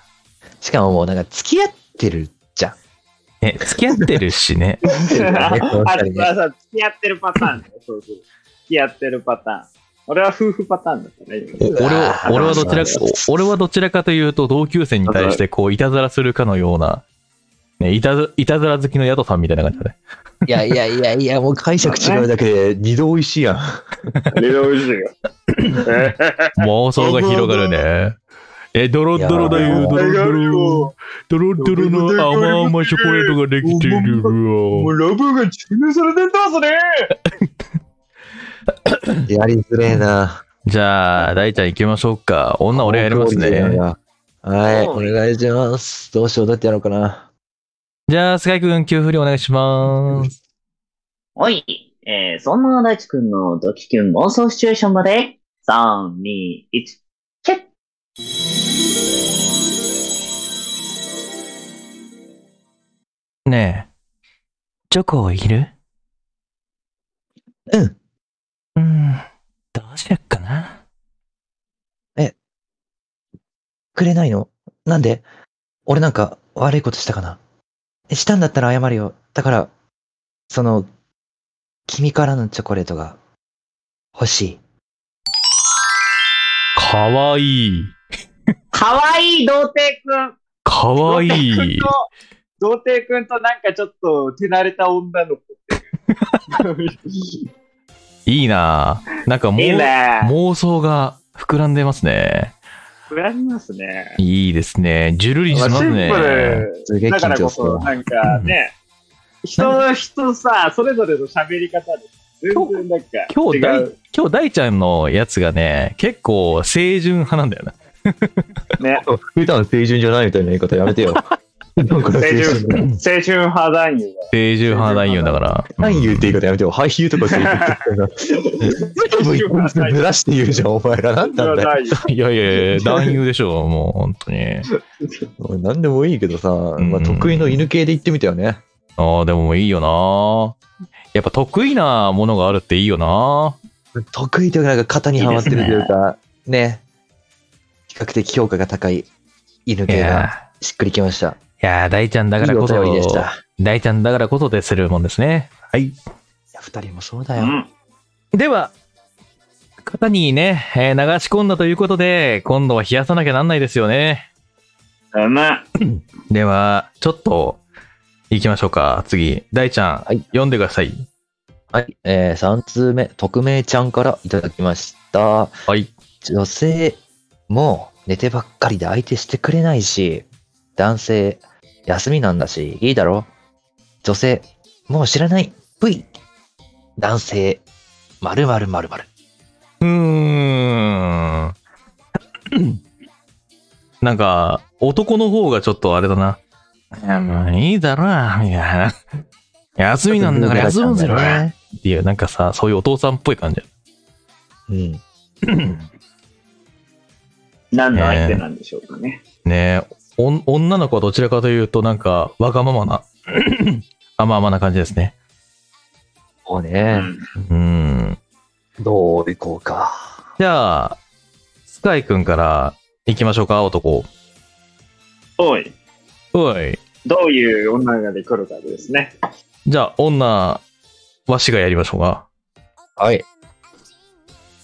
Speaker 3: しかももうなんか付き合ってるじゃん。
Speaker 1: ね、付き合ってるし ね。
Speaker 2: あ、
Speaker 3: ねこの
Speaker 2: あ
Speaker 3: 二人ね
Speaker 2: そう付き合ってるパターンね。そうそう。付き合ってるパターン。俺は夫婦パターンだったね。
Speaker 1: お俺は、俺はどちらか
Speaker 3: そうそ
Speaker 1: お
Speaker 3: う、
Speaker 1: 俺はどちらかというと、同級生に対して、こう、いたずらするかのような、ね、いたずいたずら好きのヤトさんみたいな感じ だね。
Speaker 3: いやいやいやいや、もう解釈違うだけで二度美味しいやん。
Speaker 2: 今。レロ美味しいよ。
Speaker 1: 妄想が広がるね。え、ドロッドロだよ、ドロッドロ。ドロッドロの甘々チョコレートができている
Speaker 2: も
Speaker 1: よ。
Speaker 2: うラブが注入されてんだそれ
Speaker 3: やりづれえ な。
Speaker 1: じゃあ、大ちゃん行きましょうか。女俺やりますね。
Speaker 3: はい、お願いします。どうしよう、どうやってやろうかな。
Speaker 1: じゃあ、スカイくん、給付料お願いします。
Speaker 4: おい、えー、そんな大地君のドキキュン妄想シチュエーションまで、3、2、1、キュッ
Speaker 1: ねえ。チョコいる
Speaker 3: うん。
Speaker 1: うん。どうしよっかな。
Speaker 3: くれないのなんで俺なんか悪いことしたかなしたんだったら謝るよ。だから、その、君からのチョコレートが欲しい。
Speaker 1: かわいい。
Speaker 2: かわいい童貞くん。
Speaker 1: かわいい。
Speaker 2: 童貞くんとなんかちょっと手慣れた女の子っていう
Speaker 1: いいなぁなんかもう
Speaker 2: いいね。
Speaker 1: 妄想が膨らんでますね。
Speaker 2: 膨らみますね。
Speaker 1: いいですね。じゅるりし
Speaker 2: まあ
Speaker 1: ます
Speaker 2: シン
Speaker 1: ね。
Speaker 2: プ
Speaker 3: すげえ
Speaker 2: ルだか
Speaker 3: 緊
Speaker 2: ら
Speaker 3: 張
Speaker 2: こ
Speaker 3: する
Speaker 2: そ、
Speaker 3: わ。
Speaker 2: なんかね、人の人さ、それぞれの喋り方で、全然なんか
Speaker 1: 今
Speaker 2: 違
Speaker 1: 日大
Speaker 2: う。、
Speaker 1: 今日大ちゃんのやつがね、結構清純派なんだよな。
Speaker 2: ね、
Speaker 3: 普段清純じゃないみたいな言い方やめてよ。なん
Speaker 2: 清純
Speaker 3: か
Speaker 2: 青春派男優
Speaker 1: 清純派男優だから。
Speaker 3: 何言うって言い方やめてよ。俳優とか清純全部一個ずつずらして言うじゃん、お前ら。なんなんだよ。
Speaker 2: 男優。
Speaker 1: いやいやいや、男優でしょう、もう本当に。
Speaker 3: なんでもいいけどさ、まあ、
Speaker 1: うん
Speaker 3: 得意の犬系で言ってみたよね。
Speaker 1: ああ、でもいいよな。やっぱ得意なものがあるっていいよな。
Speaker 3: 得意というか、なんか型にはまってるというか、ね比較的評価が高い犬
Speaker 1: い
Speaker 3: 系が
Speaker 1: や
Speaker 3: しっくりきました。
Speaker 1: ー、いやー大ちゃんだ
Speaker 3: だ
Speaker 1: からこそ、
Speaker 3: いいお便りでした。い
Speaker 1: 大ちゃんだからこそでするもんですね。はい。
Speaker 3: や、二人もそうだ
Speaker 2: う
Speaker 3: よ。
Speaker 2: ん。
Speaker 1: では、肩にね、えー流し込んだということで、今度は冷やさなきゃなんないですよね。
Speaker 2: うま
Speaker 1: では、ちょっと、行きましょうか。次、大ちゃん、
Speaker 3: はい
Speaker 1: 読んでください。
Speaker 3: はい、えー、3通目、匿名ちゃんからいただきました。
Speaker 1: はい。
Speaker 3: 女性、もう寝てばっかりで相手してくれないし、男性、休みなんだし、いいだろ女性、もう知らない、ぷい男性、まるまるまるまる。
Speaker 1: うーん。 なんか、男の方がちょっとあれだな。いやまあいいだろうな、みたいな。 休みなんだから休むぜろ。っていう、なんかさ、そういうお父さんっぽい感じ。
Speaker 3: うん。
Speaker 4: 何の相手なんでしょうかね。
Speaker 1: ねえおん女の子はどちらかというと、なんか、わがままな 甘々な感じですね。
Speaker 3: そうね。
Speaker 1: うん。
Speaker 3: どういこうか。
Speaker 1: じゃあ、スカイくんから行きましょうか、男。
Speaker 2: おい、
Speaker 1: おい。
Speaker 2: どういう女がで来るかですね。
Speaker 1: じゃあ、女、わしがやりましょうか。
Speaker 3: はい。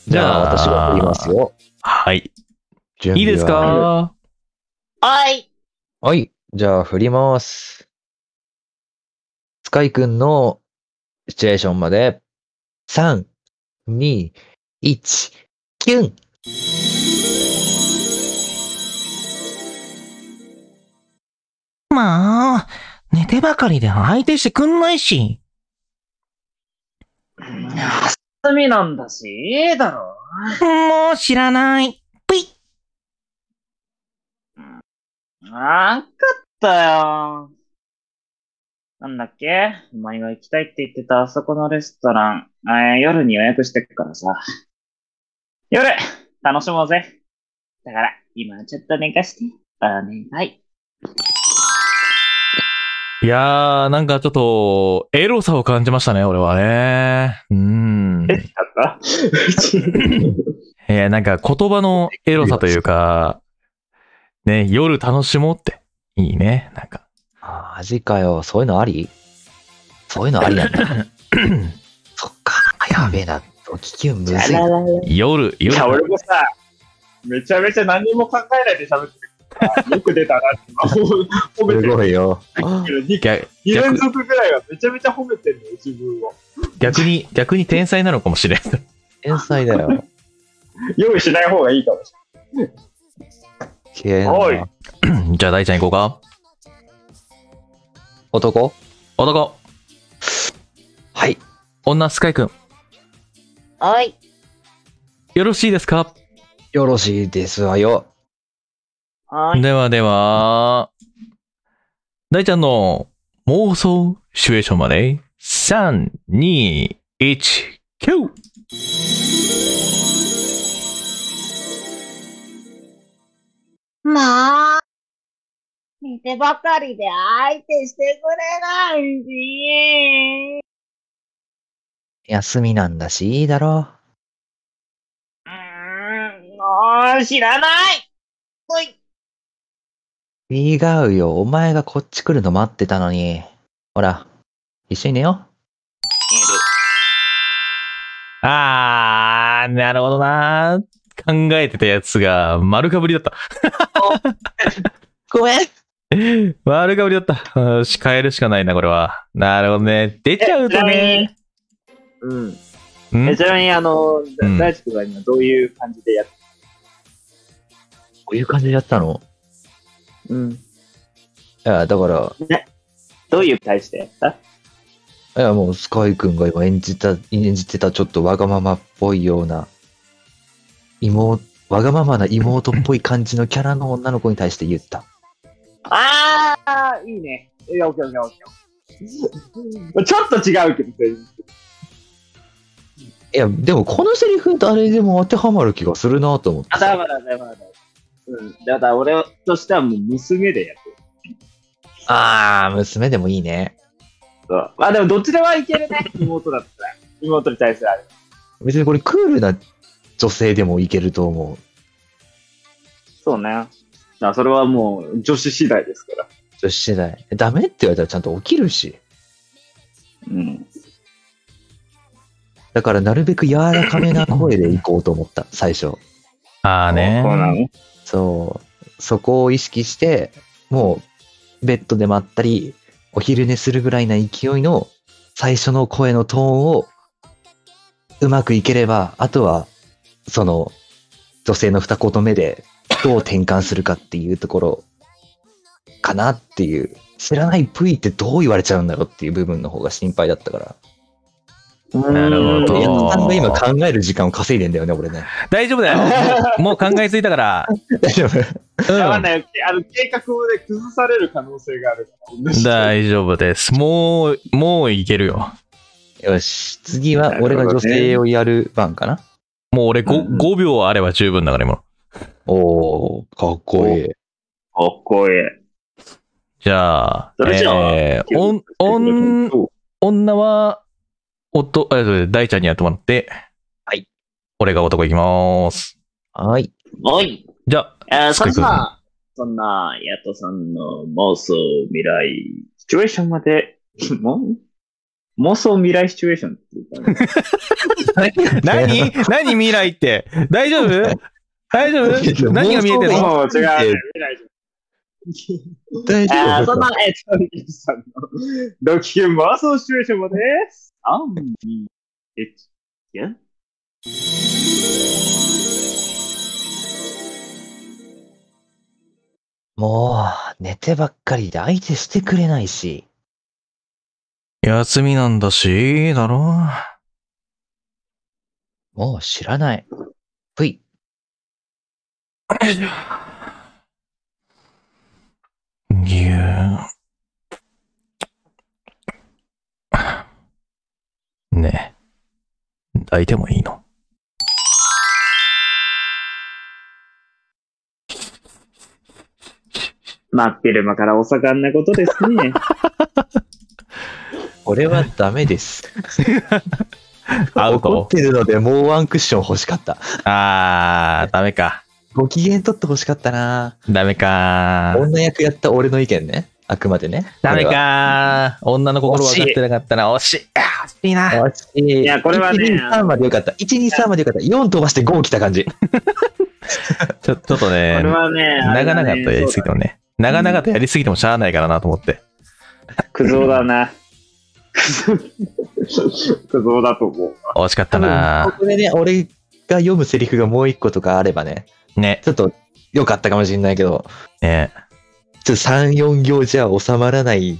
Speaker 3: じゃあ、私が振ります。よ。
Speaker 1: はい。
Speaker 3: 準
Speaker 1: いいで
Speaker 3: 備は
Speaker 1: すか
Speaker 4: はい。
Speaker 3: はい。じゃあ、振ります。スカイくんのシチュエーションまで、3、2、1、キュン
Speaker 7: まあ、寝てばかりで相手してくんないし。
Speaker 4: 休みなんだし、いいだろ。
Speaker 7: もう知らない。
Speaker 4: あんかったよ。なんだっけお前が行きたいって言ってたあそこのレストラン。あー夜に予約してくからさ。夜、楽しもうぜ。だから、今ちょっと寝かして。お願い。
Speaker 1: いやー、なんかちょっと、エロさを感じましたね、俺はね。うん。
Speaker 2: あ
Speaker 1: えーなんか言葉のエロさというか、ね、夜楽しもうって、いいね、なんか。
Speaker 3: あマジかよ。そういうのありそういうのありなんだ。 そっか。やべえな。お聞きむずい。
Speaker 1: 夜、
Speaker 2: い
Speaker 1: 夜。
Speaker 2: や、俺もさ、めちゃめちゃ何も考えないで喋ってるから、よく出たなって今褒めて
Speaker 3: す
Speaker 2: る。
Speaker 3: ごいよ。
Speaker 2: 2,
Speaker 1: 逆
Speaker 2: 連
Speaker 1: 逆
Speaker 2: 続ぐらいはめちゃめちゃ褒めてるのよ、自分を。
Speaker 1: 逆に、逆に天才なのかもしれん。
Speaker 3: 天才だ よ。
Speaker 2: 用意しない方がいいかもし
Speaker 3: きれい
Speaker 2: おい
Speaker 3: な。
Speaker 1: じゃあ大ちゃん行こうか。
Speaker 3: 男
Speaker 1: 男、
Speaker 3: はい。
Speaker 1: 女、スカイくん。
Speaker 4: はい。
Speaker 1: よろしいですか
Speaker 3: よろしいですわよ。
Speaker 4: はい。
Speaker 1: ではでは、大ちゃんの妄想シチュエーションまで、3、2、1、9!
Speaker 8: まあ、寝てばかりで相手してくれないし。
Speaker 3: 休みなんだし、いいだろ
Speaker 8: うーん、もう知らない。おい、
Speaker 3: う。違うよ。お前がこっち来るの待ってたのに。ほら、一緒に寝よう。
Speaker 1: あー、なるほどな考えてたやつが丸かぶりだった。
Speaker 3: ごめん。
Speaker 1: 丸かぶりだった。よし、変えるしかないな、これは。なるほどね。出ちゃうとね。
Speaker 2: れない。うん。
Speaker 1: ん
Speaker 2: えちなみに、あの、
Speaker 1: うん
Speaker 2: 大地君は今どういう感じでやって
Speaker 3: こういう感じでやったの
Speaker 2: うん。
Speaker 3: いや、だから、
Speaker 2: どういう対してやった
Speaker 3: いや、もう、スカイくんが今演じた、演じてたちょっとわがままっぽいような、妹、わがままな妹っぽい感じのキャラの女の子に対して言った。
Speaker 2: ああ、いいね。いや、オッケーオッケーオッケー。 ちょっと違うけど、全然
Speaker 3: いや、でもこのセリフ誰でも当てはまる気がするなと思って。
Speaker 2: あ、だから、だから、だから。うん。だから、俺としてはもう娘でやってる。
Speaker 3: あー、娘でもいいね。
Speaker 2: そう。まあ、でも、どっちでもいけるね。妹だったら。 妹に対するあれ。
Speaker 3: 別にこれクールな女性でもいけると思
Speaker 2: そうね。だからそれはもう、女子次第ですから。
Speaker 3: う。女子次第。ダメって言われたらちゃんと起きるし。
Speaker 2: うん。
Speaker 3: だからなるべく柔らかめな声で行こうと思った、最初。
Speaker 1: あーね。
Speaker 2: そうなの
Speaker 3: そう、そこを意識して、もう、ベッドでまったり、お昼寝するぐらいな勢いの、最初の声のトーンを、うまくいければ、あとは、その、女性の二言目で、どう転換するかっていうところ、かなっていう。知らない V ってどう言われちゃうんだろうっていう部分の方が心配だったから。
Speaker 1: なるほ
Speaker 3: 矢
Speaker 1: ど
Speaker 3: 野さんが今考える時間を稼いでんだよね、俺ね。
Speaker 1: 大丈夫だよ。もうもう考えついたから。
Speaker 3: 大丈夫
Speaker 2: やば
Speaker 1: う
Speaker 2: ないあの、計画をね、崩される可能性があるから。
Speaker 1: ん。大丈夫です。もう、もういけるよ。
Speaker 3: よし。次は、俺が女性をやる番かな。
Speaker 1: もう俺 5,
Speaker 2: うん
Speaker 1: 5秒あれば十分だから今の。
Speaker 3: おおかっこいい。
Speaker 2: かっこいい。
Speaker 1: じゃあ、
Speaker 4: それじゃあ
Speaker 1: えーおん、おん、女は、おと、えー大ちゃんにやってもらって、
Speaker 3: はい。
Speaker 1: 俺が男いきます。
Speaker 3: はい。
Speaker 4: おい
Speaker 1: じゃあ、
Speaker 4: えー、そん
Speaker 1: スカイ君
Speaker 4: な、そんな、ヤトさんの妄想未来シチュエーションまで、も妄想未来シチュエーションっていうか、ね、
Speaker 1: 何何未来って。大丈夫大丈夫何が見えてるの
Speaker 2: もう違う、ね
Speaker 3: えー、
Speaker 2: 未来じ
Speaker 3: 大
Speaker 4: えー、
Speaker 3: 丈
Speaker 4: そん
Speaker 3: 夫
Speaker 4: な
Speaker 3: か、
Speaker 4: えー、トリキさんの
Speaker 2: ドキュン妄想シチュエーションまで、
Speaker 4: 3、2、1、4。
Speaker 3: もう、寝てばっかりで相手してくれないし。
Speaker 1: 休みなんだし、だろ。
Speaker 3: もう知らない。ぷい。
Speaker 1: ぎゅーねえ、抱いてもいいの
Speaker 2: まあ、昼間からお盛んなことです ね。
Speaker 3: これはダメです。
Speaker 1: アウ
Speaker 3: 怒っ
Speaker 1: ト
Speaker 3: てるので、もうワンクッション欲しかった。
Speaker 1: あー、ダメか。
Speaker 3: ご機嫌取って欲しかったな。
Speaker 1: ダメか。
Speaker 3: 女役やった俺の意見ね。あくまでね。
Speaker 1: ダメか。女の心分かってなかったな。惜しい。あー惜しいな。
Speaker 3: これは。い
Speaker 2: いやこれはね
Speaker 3: 123までよかった。123までよかった。4飛ばして5来た感じ。
Speaker 1: ちょちょっと
Speaker 2: こ
Speaker 1: ね
Speaker 2: れ、はね、あれ
Speaker 1: 長
Speaker 2: だ
Speaker 1: 々
Speaker 2: ね
Speaker 1: とやりすぎてもね。長々とやりすぎてもしゃあないからなと思って。
Speaker 2: クゾだな。 クゾだと思う。
Speaker 1: 惜しかった
Speaker 3: 多分、
Speaker 1: な
Speaker 3: こ。こでね、俺が読むセリフがもう一個とかあればね、
Speaker 1: ね、
Speaker 3: ちょっと良かったかもしれないけど、
Speaker 1: ね。
Speaker 3: ちょっと3、4行じゃ収まらない。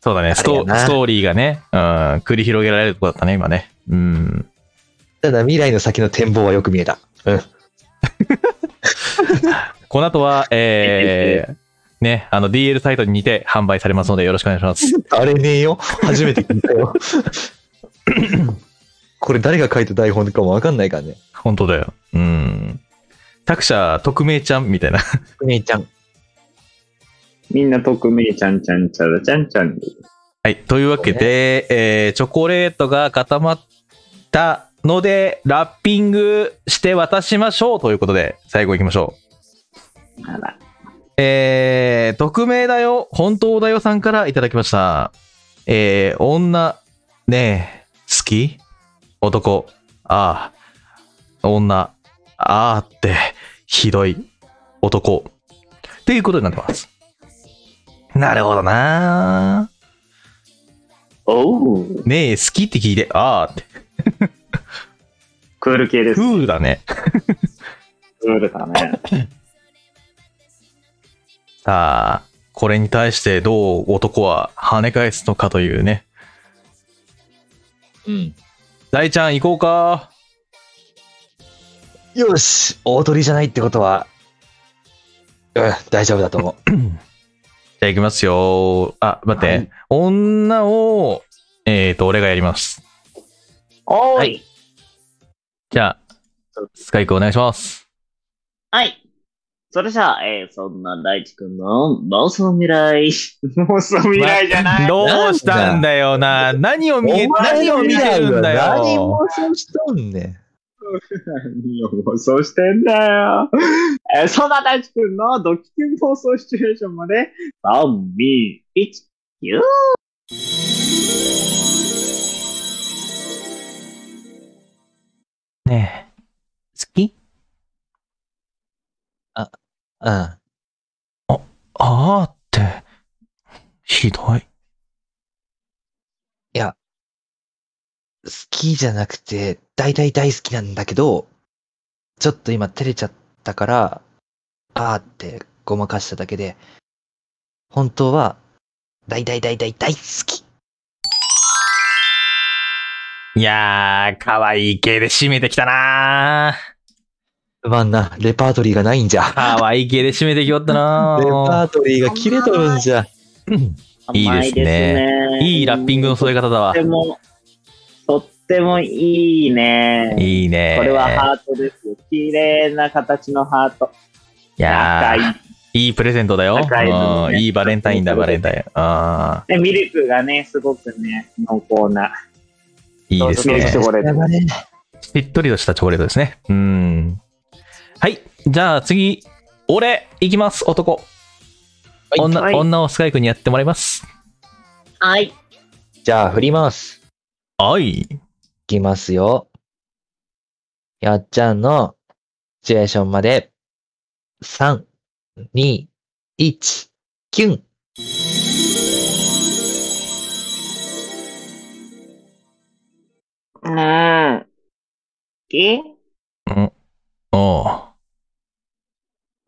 Speaker 1: そうだね。スト
Speaker 3: あれやな
Speaker 1: ストーリーがね、うん、繰り広げられるとこだったね、今ね。うん。
Speaker 3: ただ未来の先の展望はよく見えた。
Speaker 1: この後は、え ー、ね、あの DL サイトにて販売されますのでよろしくお願いします。
Speaker 3: あれねえよ。初めて聞いた よ。これ誰が書いた台本かもわかんないからね。
Speaker 1: 本当だよ。うん。作者、匿名ちゃんみたいな。
Speaker 3: お姉ちゃん。
Speaker 2: みんな匿名ちゃんちゃんちゃらちゃんちゃんに。
Speaker 1: はい。というわけで、えー、チョコレートが固まったので、ラッピングして渡しましょうということで、最後行きましょう。
Speaker 2: あら
Speaker 1: えー、匿名だよ、本当だよさんからいただきました。えー、女、ねえ、好き男、ああ、女、ああって、ひどい、男、っていうことになってます。なるほどなー
Speaker 2: おう
Speaker 1: ねえ、好きって聞いて、あーって、
Speaker 2: クール系です
Speaker 1: ク。ールだね。
Speaker 2: クールだね。
Speaker 1: さあ、これに対してどう男は跳ね返すのかというね。
Speaker 3: うん。
Speaker 1: 大ちゃん行こうか。
Speaker 3: よし大鳥じゃないってことは、うん、大丈夫だと思う。
Speaker 1: じゃあ行きますよ。あ、待って。
Speaker 3: はい
Speaker 1: 女を、えっ、と、俺がやります。
Speaker 4: おーい、
Speaker 3: はい
Speaker 1: じゃあ、スカイクお願いします。
Speaker 4: はい。それじゃあ、えー、そんな大地くんの妄想未来。
Speaker 2: 妄想未来じゃない。
Speaker 1: どうしたんだよな。何を見え、何を見てるんだ
Speaker 3: 何
Speaker 1: よ。
Speaker 3: もそうしとんねん。
Speaker 2: 何を妄想してんだよ。えー、そんな大地くんのドキュン妄想シチュエーションまで、
Speaker 4: 3、2、1、9。
Speaker 1: ねえ、好き
Speaker 3: うん。
Speaker 1: あーって、ひどい。
Speaker 3: 好きじゃなくて、大大大好きなんだけど、ちょっと今照れちゃったから、あーってごまかしただけで、本当は、大大大大大好き。
Speaker 1: いやー、可愛い系で締めてきたなー。
Speaker 3: 不満な、レパートリーがないんじゃ。
Speaker 1: 可愛い系で締めてきよったな
Speaker 3: レパ
Speaker 1: ー。
Speaker 3: ートリーが切れとるんじゃ。
Speaker 1: いいですね
Speaker 4: 甘ね
Speaker 1: いいラッピングの添え方だ
Speaker 4: とっ
Speaker 1: わ
Speaker 4: て。も、とってもいいね。
Speaker 1: いいね。
Speaker 4: これはハートですよ。綺麗な形のハート。
Speaker 1: いや
Speaker 4: 仲いい。
Speaker 1: ー、いいいプレゼントだよ。
Speaker 2: 高いの
Speaker 1: うん
Speaker 2: ね
Speaker 1: いいバレンタインだ、バレンタイン。ああ、
Speaker 2: で、ミルクがね、すごくね、濃厚な。
Speaker 1: いいですね。
Speaker 2: チョコレート。
Speaker 1: しっとりとしたチョコレートですね。うん。はい。じゃあ次、俺、いきます、男。女、
Speaker 2: はい
Speaker 1: 女をスカイ君にやってもらいます。
Speaker 8: はい。
Speaker 3: じゃあ、振ります。
Speaker 1: はい。
Speaker 3: いきますよ。やっちゃんのシチュエーションまで、3、2、1、キュン。
Speaker 8: うーん。え
Speaker 1: おう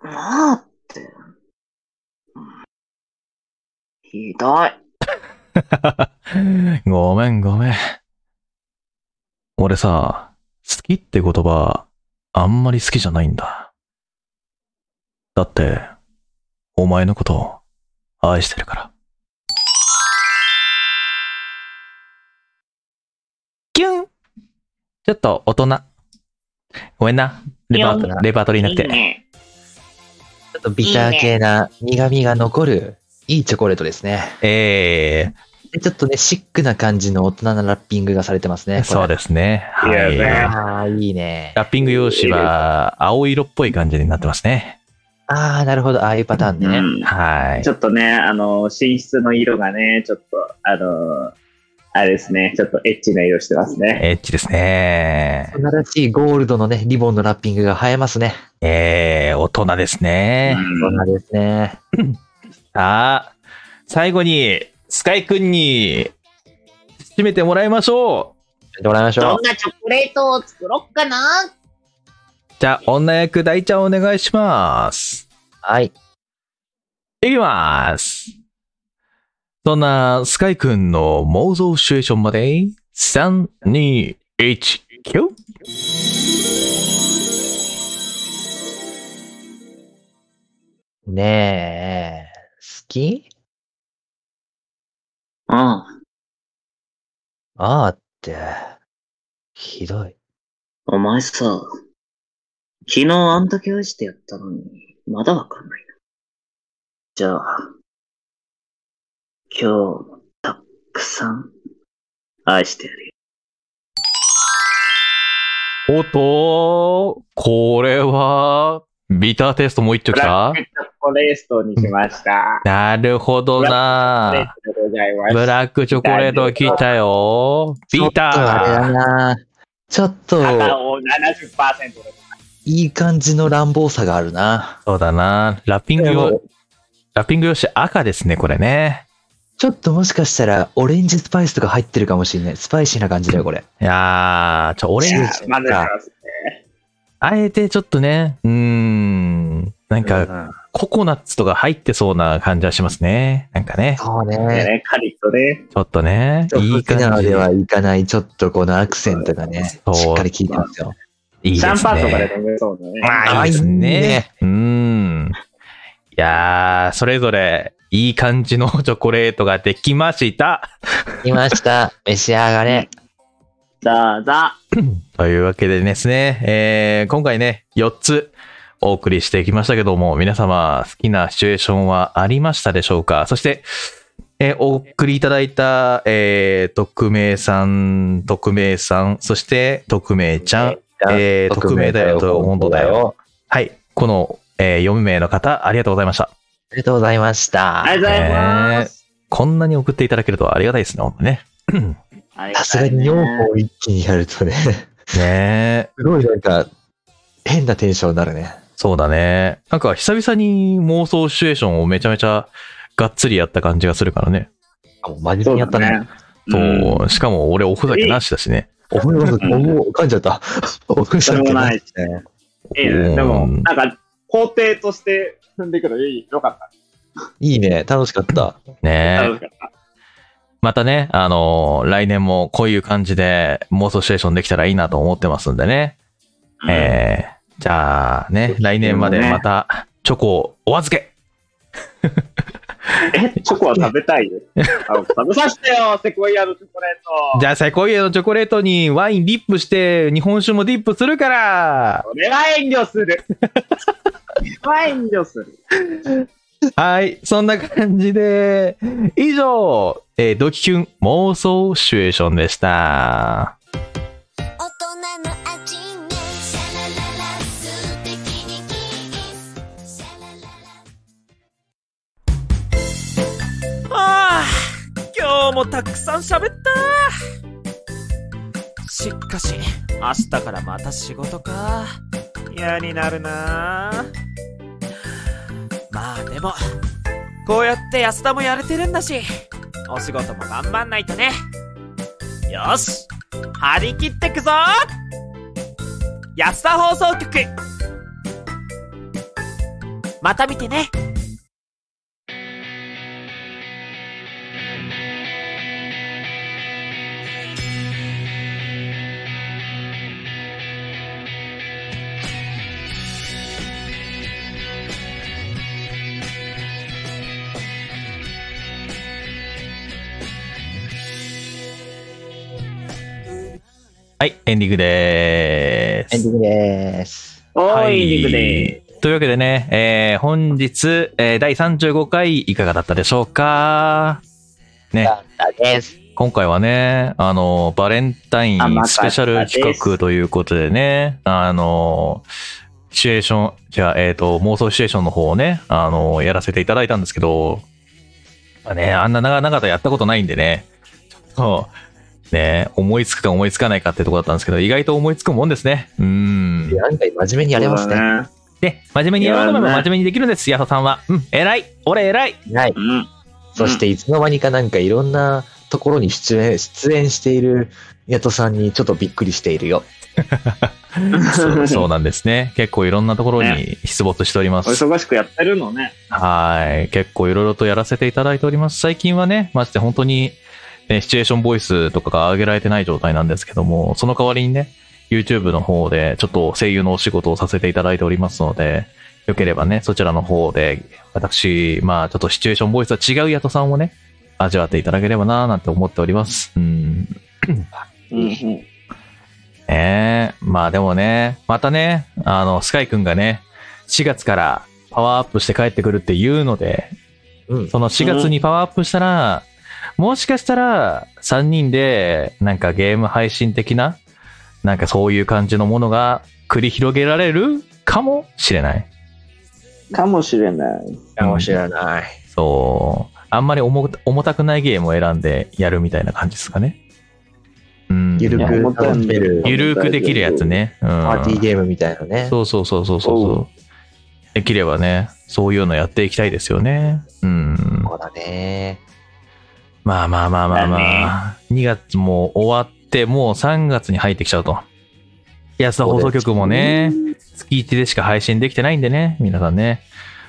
Speaker 8: 待って。ひどい。
Speaker 1: ごめんごめん。俺さ、好きって言葉、あんまり好きじゃないんだ。だって、お前のこと、愛してるから。キュンちょっと大人。ごめんな。レパートリーレパートリーなく
Speaker 8: いい
Speaker 1: て。
Speaker 8: ね。
Speaker 3: ちょっとビター系な苦味が残る、いいチョコレートですね。
Speaker 1: え
Speaker 3: でちょっとね、シックな感じの大人なラッピングがされてます
Speaker 1: え
Speaker 3: ね。
Speaker 1: そう
Speaker 3: で
Speaker 1: ですね。はい
Speaker 2: いやね
Speaker 1: い。
Speaker 3: ああ、いいね。
Speaker 1: ラッピング用紙は、青色っぽい感じになってますね。
Speaker 3: ああ、なるほど。ああいうパターンね。
Speaker 2: うん
Speaker 1: はい
Speaker 2: ち。ょっとね、あの、寝室の色がね、ちょっと、あの、あれですね、ちょっとエッチな色してますね。
Speaker 1: エッチですね。
Speaker 3: 素晴らしいゴールドのね、リボンのラッピングが映えますね。
Speaker 1: えー、大人です
Speaker 2: う
Speaker 1: ね。
Speaker 2: ん
Speaker 3: そうですね。
Speaker 1: さあ、最後に、スカイくんに、締めてもらいましょう。
Speaker 3: やってもらいましょ
Speaker 8: ど。
Speaker 3: うん
Speaker 8: なチョコレートを作ろっかな。
Speaker 1: じゃあ、女役大ちゃんお願いします。
Speaker 3: はい。
Speaker 1: いきます。そんな、スカイくんの妄想シチュエーションまで、3、2、1、9。
Speaker 3: ねえ、好き
Speaker 2: うん。
Speaker 3: ああって、ひどい。
Speaker 4: お前さ、昨日あんだけ愛してやったのに、まだわかんないな。じゃあ、今日もたっくさん愛してやるよ。
Speaker 1: おっと、これは、ビターテイストもう一丁き
Speaker 2: ブ
Speaker 1: た
Speaker 2: ラックチョコレートにしました。
Speaker 1: なるほど
Speaker 2: あり
Speaker 1: な
Speaker 2: が。とうございます。
Speaker 1: ブラックチョコレート来たよ。ビタ
Speaker 3: ちょっとあれだ
Speaker 1: ー。
Speaker 3: な。ちょっ
Speaker 2: 赤
Speaker 3: と、
Speaker 2: を70%で。
Speaker 3: いい感じの乱暴さがあるな。
Speaker 1: そうだな。ラッピング用、ラッピング用紙赤ですね、これね。
Speaker 3: ちょっともしかしたら、オレンジスパイスとか入ってるかもしれない。スパイシーな感じだよ、これ。
Speaker 1: いやー、ちょ、オレンジ、
Speaker 2: いや混ぜてます。
Speaker 1: あえてちょっとね、うーん、なんか、ココナッツとか入ってそうな感じはしますね。なんかね、
Speaker 3: そう
Speaker 2: で
Speaker 3: ね。
Speaker 2: ね、カリッとね。
Speaker 1: ちょっとね、いい
Speaker 3: ちょっとな
Speaker 1: 感
Speaker 3: の
Speaker 1: じ。い
Speaker 3: ではいかない、ちょっとこのアクセントがね、
Speaker 1: そう
Speaker 3: しっかり効いてますよ。
Speaker 1: いです
Speaker 2: シ
Speaker 1: ね。
Speaker 2: ャンパンとかで飲めそうだね。
Speaker 1: ああ、いいです
Speaker 3: あいい
Speaker 1: ね
Speaker 3: ね。
Speaker 1: うーん。いやー、それぞれ、いい感 じのチョコレートができました。
Speaker 3: いました。召し上がれ。
Speaker 2: どうぞ。
Speaker 1: というわけでですね、えー今回ね、4つお送りしてきましたけども、皆様好きなシチュエーションはありましたでしょうかそして、えーお送りいただいた、えー、匿名さん、匿名さん、そして匿名ちゃん、えー匿名だよと本当だよ。はい、この、え4名の方、ありがとうございました。
Speaker 3: ありがとうございました。
Speaker 2: ありがとうございます。
Speaker 1: こんなに送っていただけるとはありがたいですね、ほんとね。
Speaker 2: ありが
Speaker 3: さす
Speaker 2: た
Speaker 3: が
Speaker 2: い
Speaker 3: に
Speaker 2: ね
Speaker 3: 4本一気にやるとね、
Speaker 1: ねえ、
Speaker 3: すごいなんか、変なテンションになるね。
Speaker 1: そうだね。なんか久々に妄想シチュエーションをめちゃめちゃがっつりやった感じがするからね。
Speaker 3: あもう真面目にやったね。。
Speaker 1: そ
Speaker 2: うん
Speaker 1: う。しかも俺おふざけなしだしね。
Speaker 3: おふざけ、おもう噛んじゃ った。おふざけない。
Speaker 2: いいね。で
Speaker 1: う
Speaker 2: も、
Speaker 1: ん
Speaker 2: なんか、工程として踏んでいくのいいよかった。
Speaker 3: いいね。楽しかった。
Speaker 1: ね
Speaker 2: 楽しかった
Speaker 1: またね、あのー来年もこういう感じで妄想シチュエーションできたらいいなと思ってますんでね。
Speaker 2: うん
Speaker 1: えーじゃあね、来年までまたチョコをお預け
Speaker 2: え、チョコは食べたい あの食べさせてよ、セコイアのチョコレート。
Speaker 1: じゃあ、セコイアのチョコレートにワインディップして、日本酒もディップするから。
Speaker 2: それは遠慮する。それは遠慮する。
Speaker 1: はい、そんな感じで、以上、えードキキュン妄想シチュエーションでした。
Speaker 9: 大人の味ねシャラララ素敵にキスシャラララ
Speaker 5: ああ今日もたくさん喋ったしっかし明日からまた仕事か嫌になるなまあでもこうやって安田もやれてるんだしお仕事も頑張んないとねよし張り切ってくぞ安田放送局また見てね
Speaker 1: はい、エンディングで
Speaker 3: エン
Speaker 1: す
Speaker 3: デ。ィングでーす。
Speaker 2: おー、
Speaker 1: はい
Speaker 2: い、リングで
Speaker 1: というわけでね、えー本日、えー第35回いかがだったでしょうかね、
Speaker 3: です。
Speaker 1: 今回はね、あの、バレンタイン
Speaker 2: 甘かったです
Speaker 1: スペシャル企画ということでね、あの、シチュエーション、じゃあ、えっ、と、妄想シチュエーションの方をね、あの、やらせていただいたんですけど、まあね、あんな長々とやったことないんでね、ちょっと、ね、思いつくか思いつかないかってとこだったんですけど、意外と思いつくもんですね。うん。
Speaker 3: 案外真面目に
Speaker 2: す。
Speaker 3: やれますね。
Speaker 2: ね。
Speaker 1: で、真面目にやろうと思えば
Speaker 2: いやね
Speaker 1: 真面目にできるんです、ヤホさんは。うん、偉い俺偉い
Speaker 3: はい。
Speaker 2: うん。
Speaker 3: そしていつの間にかなんかいろんなところに出演出演しているヤトさんにちょっとびっくりしているよ。
Speaker 1: そうそうなんですね。結構いろんなところに出没しておりま
Speaker 2: お
Speaker 1: す。
Speaker 2: 忙しくやってるのね。
Speaker 1: はい。結構いろいろとやらせていただいております。最近はね、まして本当に、ね、シチュエーションボイスとかが上げられてない状態なんですけども、その代わりにね、YouTube の方でちょっと声優のお仕事をさせていただいておりますので、よければね、そちらの方で、私、まあちょっとシチュエーションボイスとは違うヤトさんをね、味わっていただければなぁなんて思っております。うん。
Speaker 2: うんうん。
Speaker 1: ねえ、まあでもね、またね、あの、スカイくんがね、4月からパワーアップして帰ってくるって言うので、
Speaker 3: うん。
Speaker 1: その4月にパワーアップしたら、もしかしたら3人でなんかゲーム配信的な、なんかそういう感じのものが繰り広げられるかもしれない。
Speaker 2: かもしれない。
Speaker 3: かもしれない。
Speaker 1: そう。あんまり重た重たくないゲームを選んでやるみたいな感じですかね。うん。
Speaker 3: ゆる
Speaker 2: いや思っ
Speaker 3: く
Speaker 2: たより
Speaker 3: 楽しめる
Speaker 1: ゆるくできるやつね。うん。
Speaker 3: パーティーゲームみたいなね。
Speaker 1: そうそうそうそうそうそう。できればね、そういうのやっていきたいですよね。うん。
Speaker 3: そうだね。
Speaker 1: まあまあまあまあまあ
Speaker 2: だ、
Speaker 1: 2月も終わって、もう3月に入ってきちゃうと。安田放送局もね、月1でしか配信できてないんでね、皆さんね。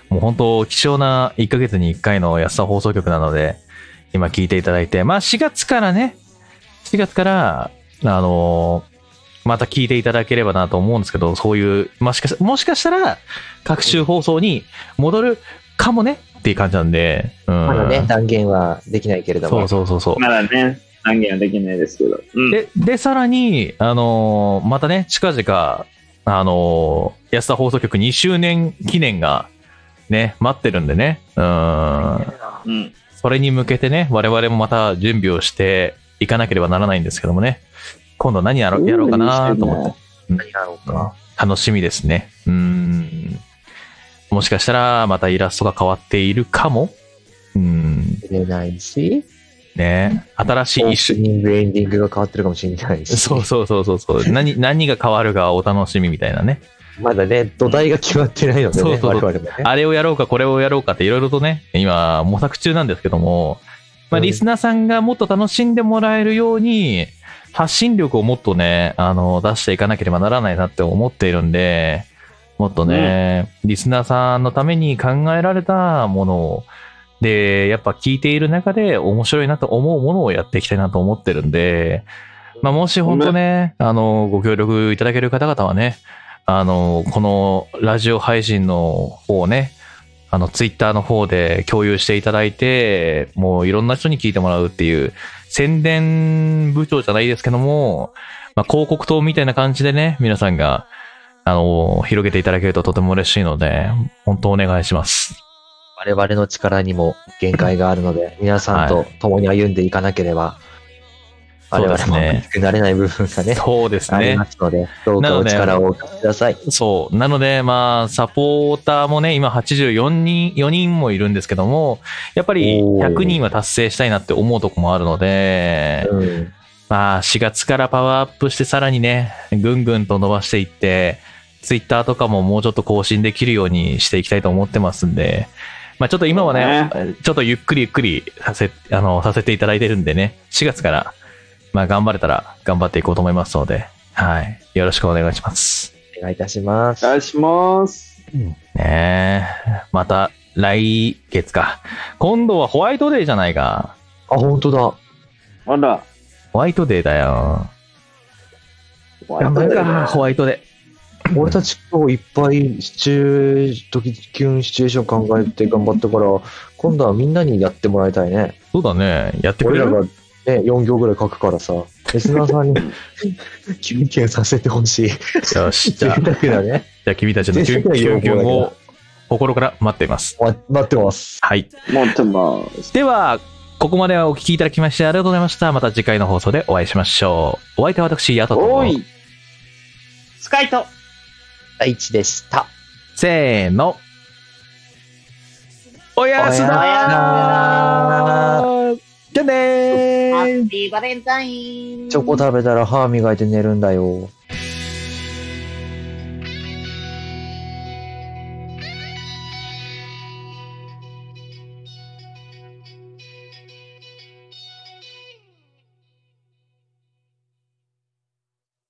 Speaker 1: もう本当、貴重な1ヶ月に1回の安田放送局なので、今聞いていただいて、まあ4月からね、4月から、あのーまた聞いていただければなと思うんですけど、そういう、もしかしもしかしたら、各週放送に戻るかもねっていう感じなんで、うん。
Speaker 3: まだね、断言はできないけれど
Speaker 1: そ
Speaker 3: も
Speaker 1: う。そうそうそう。
Speaker 2: まだね、断言はできないですけど。うん。
Speaker 1: で、で、さらに、あのーまたね、近々、あのー安田放送局2周年記念が、ね、待ってるんでね、うん、
Speaker 2: うん。
Speaker 1: それに向けてね、我々もまた準備をしていかなければならないんですけどもね、今度何やろやろうかなと思って、
Speaker 3: 何やろうか。
Speaker 1: 楽しみですね。うん。もしかしたら、またイラストが変わっているかも。うん。
Speaker 3: 出れないし、
Speaker 1: ね、新しい
Speaker 3: オ
Speaker 1: 一
Speaker 3: ープニング、エンディングが変わってるかもしれないし。
Speaker 1: そうそうそうそうそう。何、何が変わるかお楽しみみたいなね。
Speaker 3: まだね、土台が決まってないので
Speaker 1: そう
Speaker 3: ね、
Speaker 1: そう
Speaker 3: 我々もね。
Speaker 1: あれをやろうか、これをやろうかっていろいろとね、今模索中なんですけども、まあ、
Speaker 3: うん
Speaker 1: リスナーさんがもっと楽しんでもらえるように、発信力をもっとね、あの、出していかなければならないなって思っているんで、もっとね、リスナーさんのために考えられたものを、で、やっぱ聞いている中で面白いなと思うものをやっていきたいなと思ってるんで、まあ、もし本当ね、あの、ご協力いただける方々はね、あの、このラジオ配信の方をね、あの、ツイッターの方で共有していただいて、もういろんな人に聞いてもらうっていう、宣伝部長じゃないですけども、まあ、広告塔みたいな感じでね、皆さんが、あの、広げていただけるととても嬉しいので、本当お願いします。
Speaker 3: 我々の力にも限界があるの で、皆さんと共に歩んでいかなければ、
Speaker 1: そう
Speaker 3: 我
Speaker 1: で
Speaker 3: 々
Speaker 1: す
Speaker 3: も
Speaker 1: ね
Speaker 3: 大きくなれない部分がね、
Speaker 1: そうです
Speaker 3: あり
Speaker 1: ね。
Speaker 3: ますので、どうかお力をお貸しください。
Speaker 1: そう。なので、まあ、サポーターもね、今84人、4人もいるんですけども、やっぱり
Speaker 3: おー
Speaker 1: 100人は達成したいなって思うとこもあるので、
Speaker 3: うん、
Speaker 1: まあ、4月からパワーアップしてさらにね、ぐんぐんと伸ばしていって、ツイッターとかももうちょっと更新できるようにしていきたいと思ってますんで、まあちょっと今はね、ちょっとゆっくりゆっくりさせ、あの、させていただいてるんでね、4月から、まあ頑張れたら頑張っていこうと思いますので、はい。よろしくお願いします。
Speaker 3: お願いいたします
Speaker 2: お。願いします。
Speaker 1: ねえ。また、来月か。今度はホワイトデーじゃないか。
Speaker 3: あ、本当だ。
Speaker 2: あら、
Speaker 1: ホワイトデーだよ。
Speaker 2: 頑張るか。
Speaker 1: ホワイトデ
Speaker 3: 俺たち今日いっぱいシチュエー時キュンシチュエーション考えて頑張ったから、今度はみんなにやってもらいたいね。
Speaker 1: ー。そうだね。やってくれ
Speaker 3: 俺ら
Speaker 1: る
Speaker 3: が、ね、4行ぐらい書くからさ、リスナーさん にキュンキュンさせてほ しい。
Speaker 1: よし。 じゃあ、
Speaker 3: 贅
Speaker 1: じ
Speaker 3: 沢だね。
Speaker 1: ゃあ君たちのキュンキュンキュンを心から待っています。
Speaker 3: わ待ってます。
Speaker 1: はい。
Speaker 2: 持ってます。
Speaker 1: では、ここまではお聞きいただきましてありがとうございました。また次回の放送でお会いしましょう。お相手は私、ヤト
Speaker 2: お
Speaker 1: と。
Speaker 2: い。スカイト。
Speaker 3: 第一でした。
Speaker 1: せーの。おやすだ
Speaker 3: おや
Speaker 1: ーじゃあねー
Speaker 8: ハッピーバレンタイン
Speaker 3: チョコ食べたら歯磨いて寝るんだよ。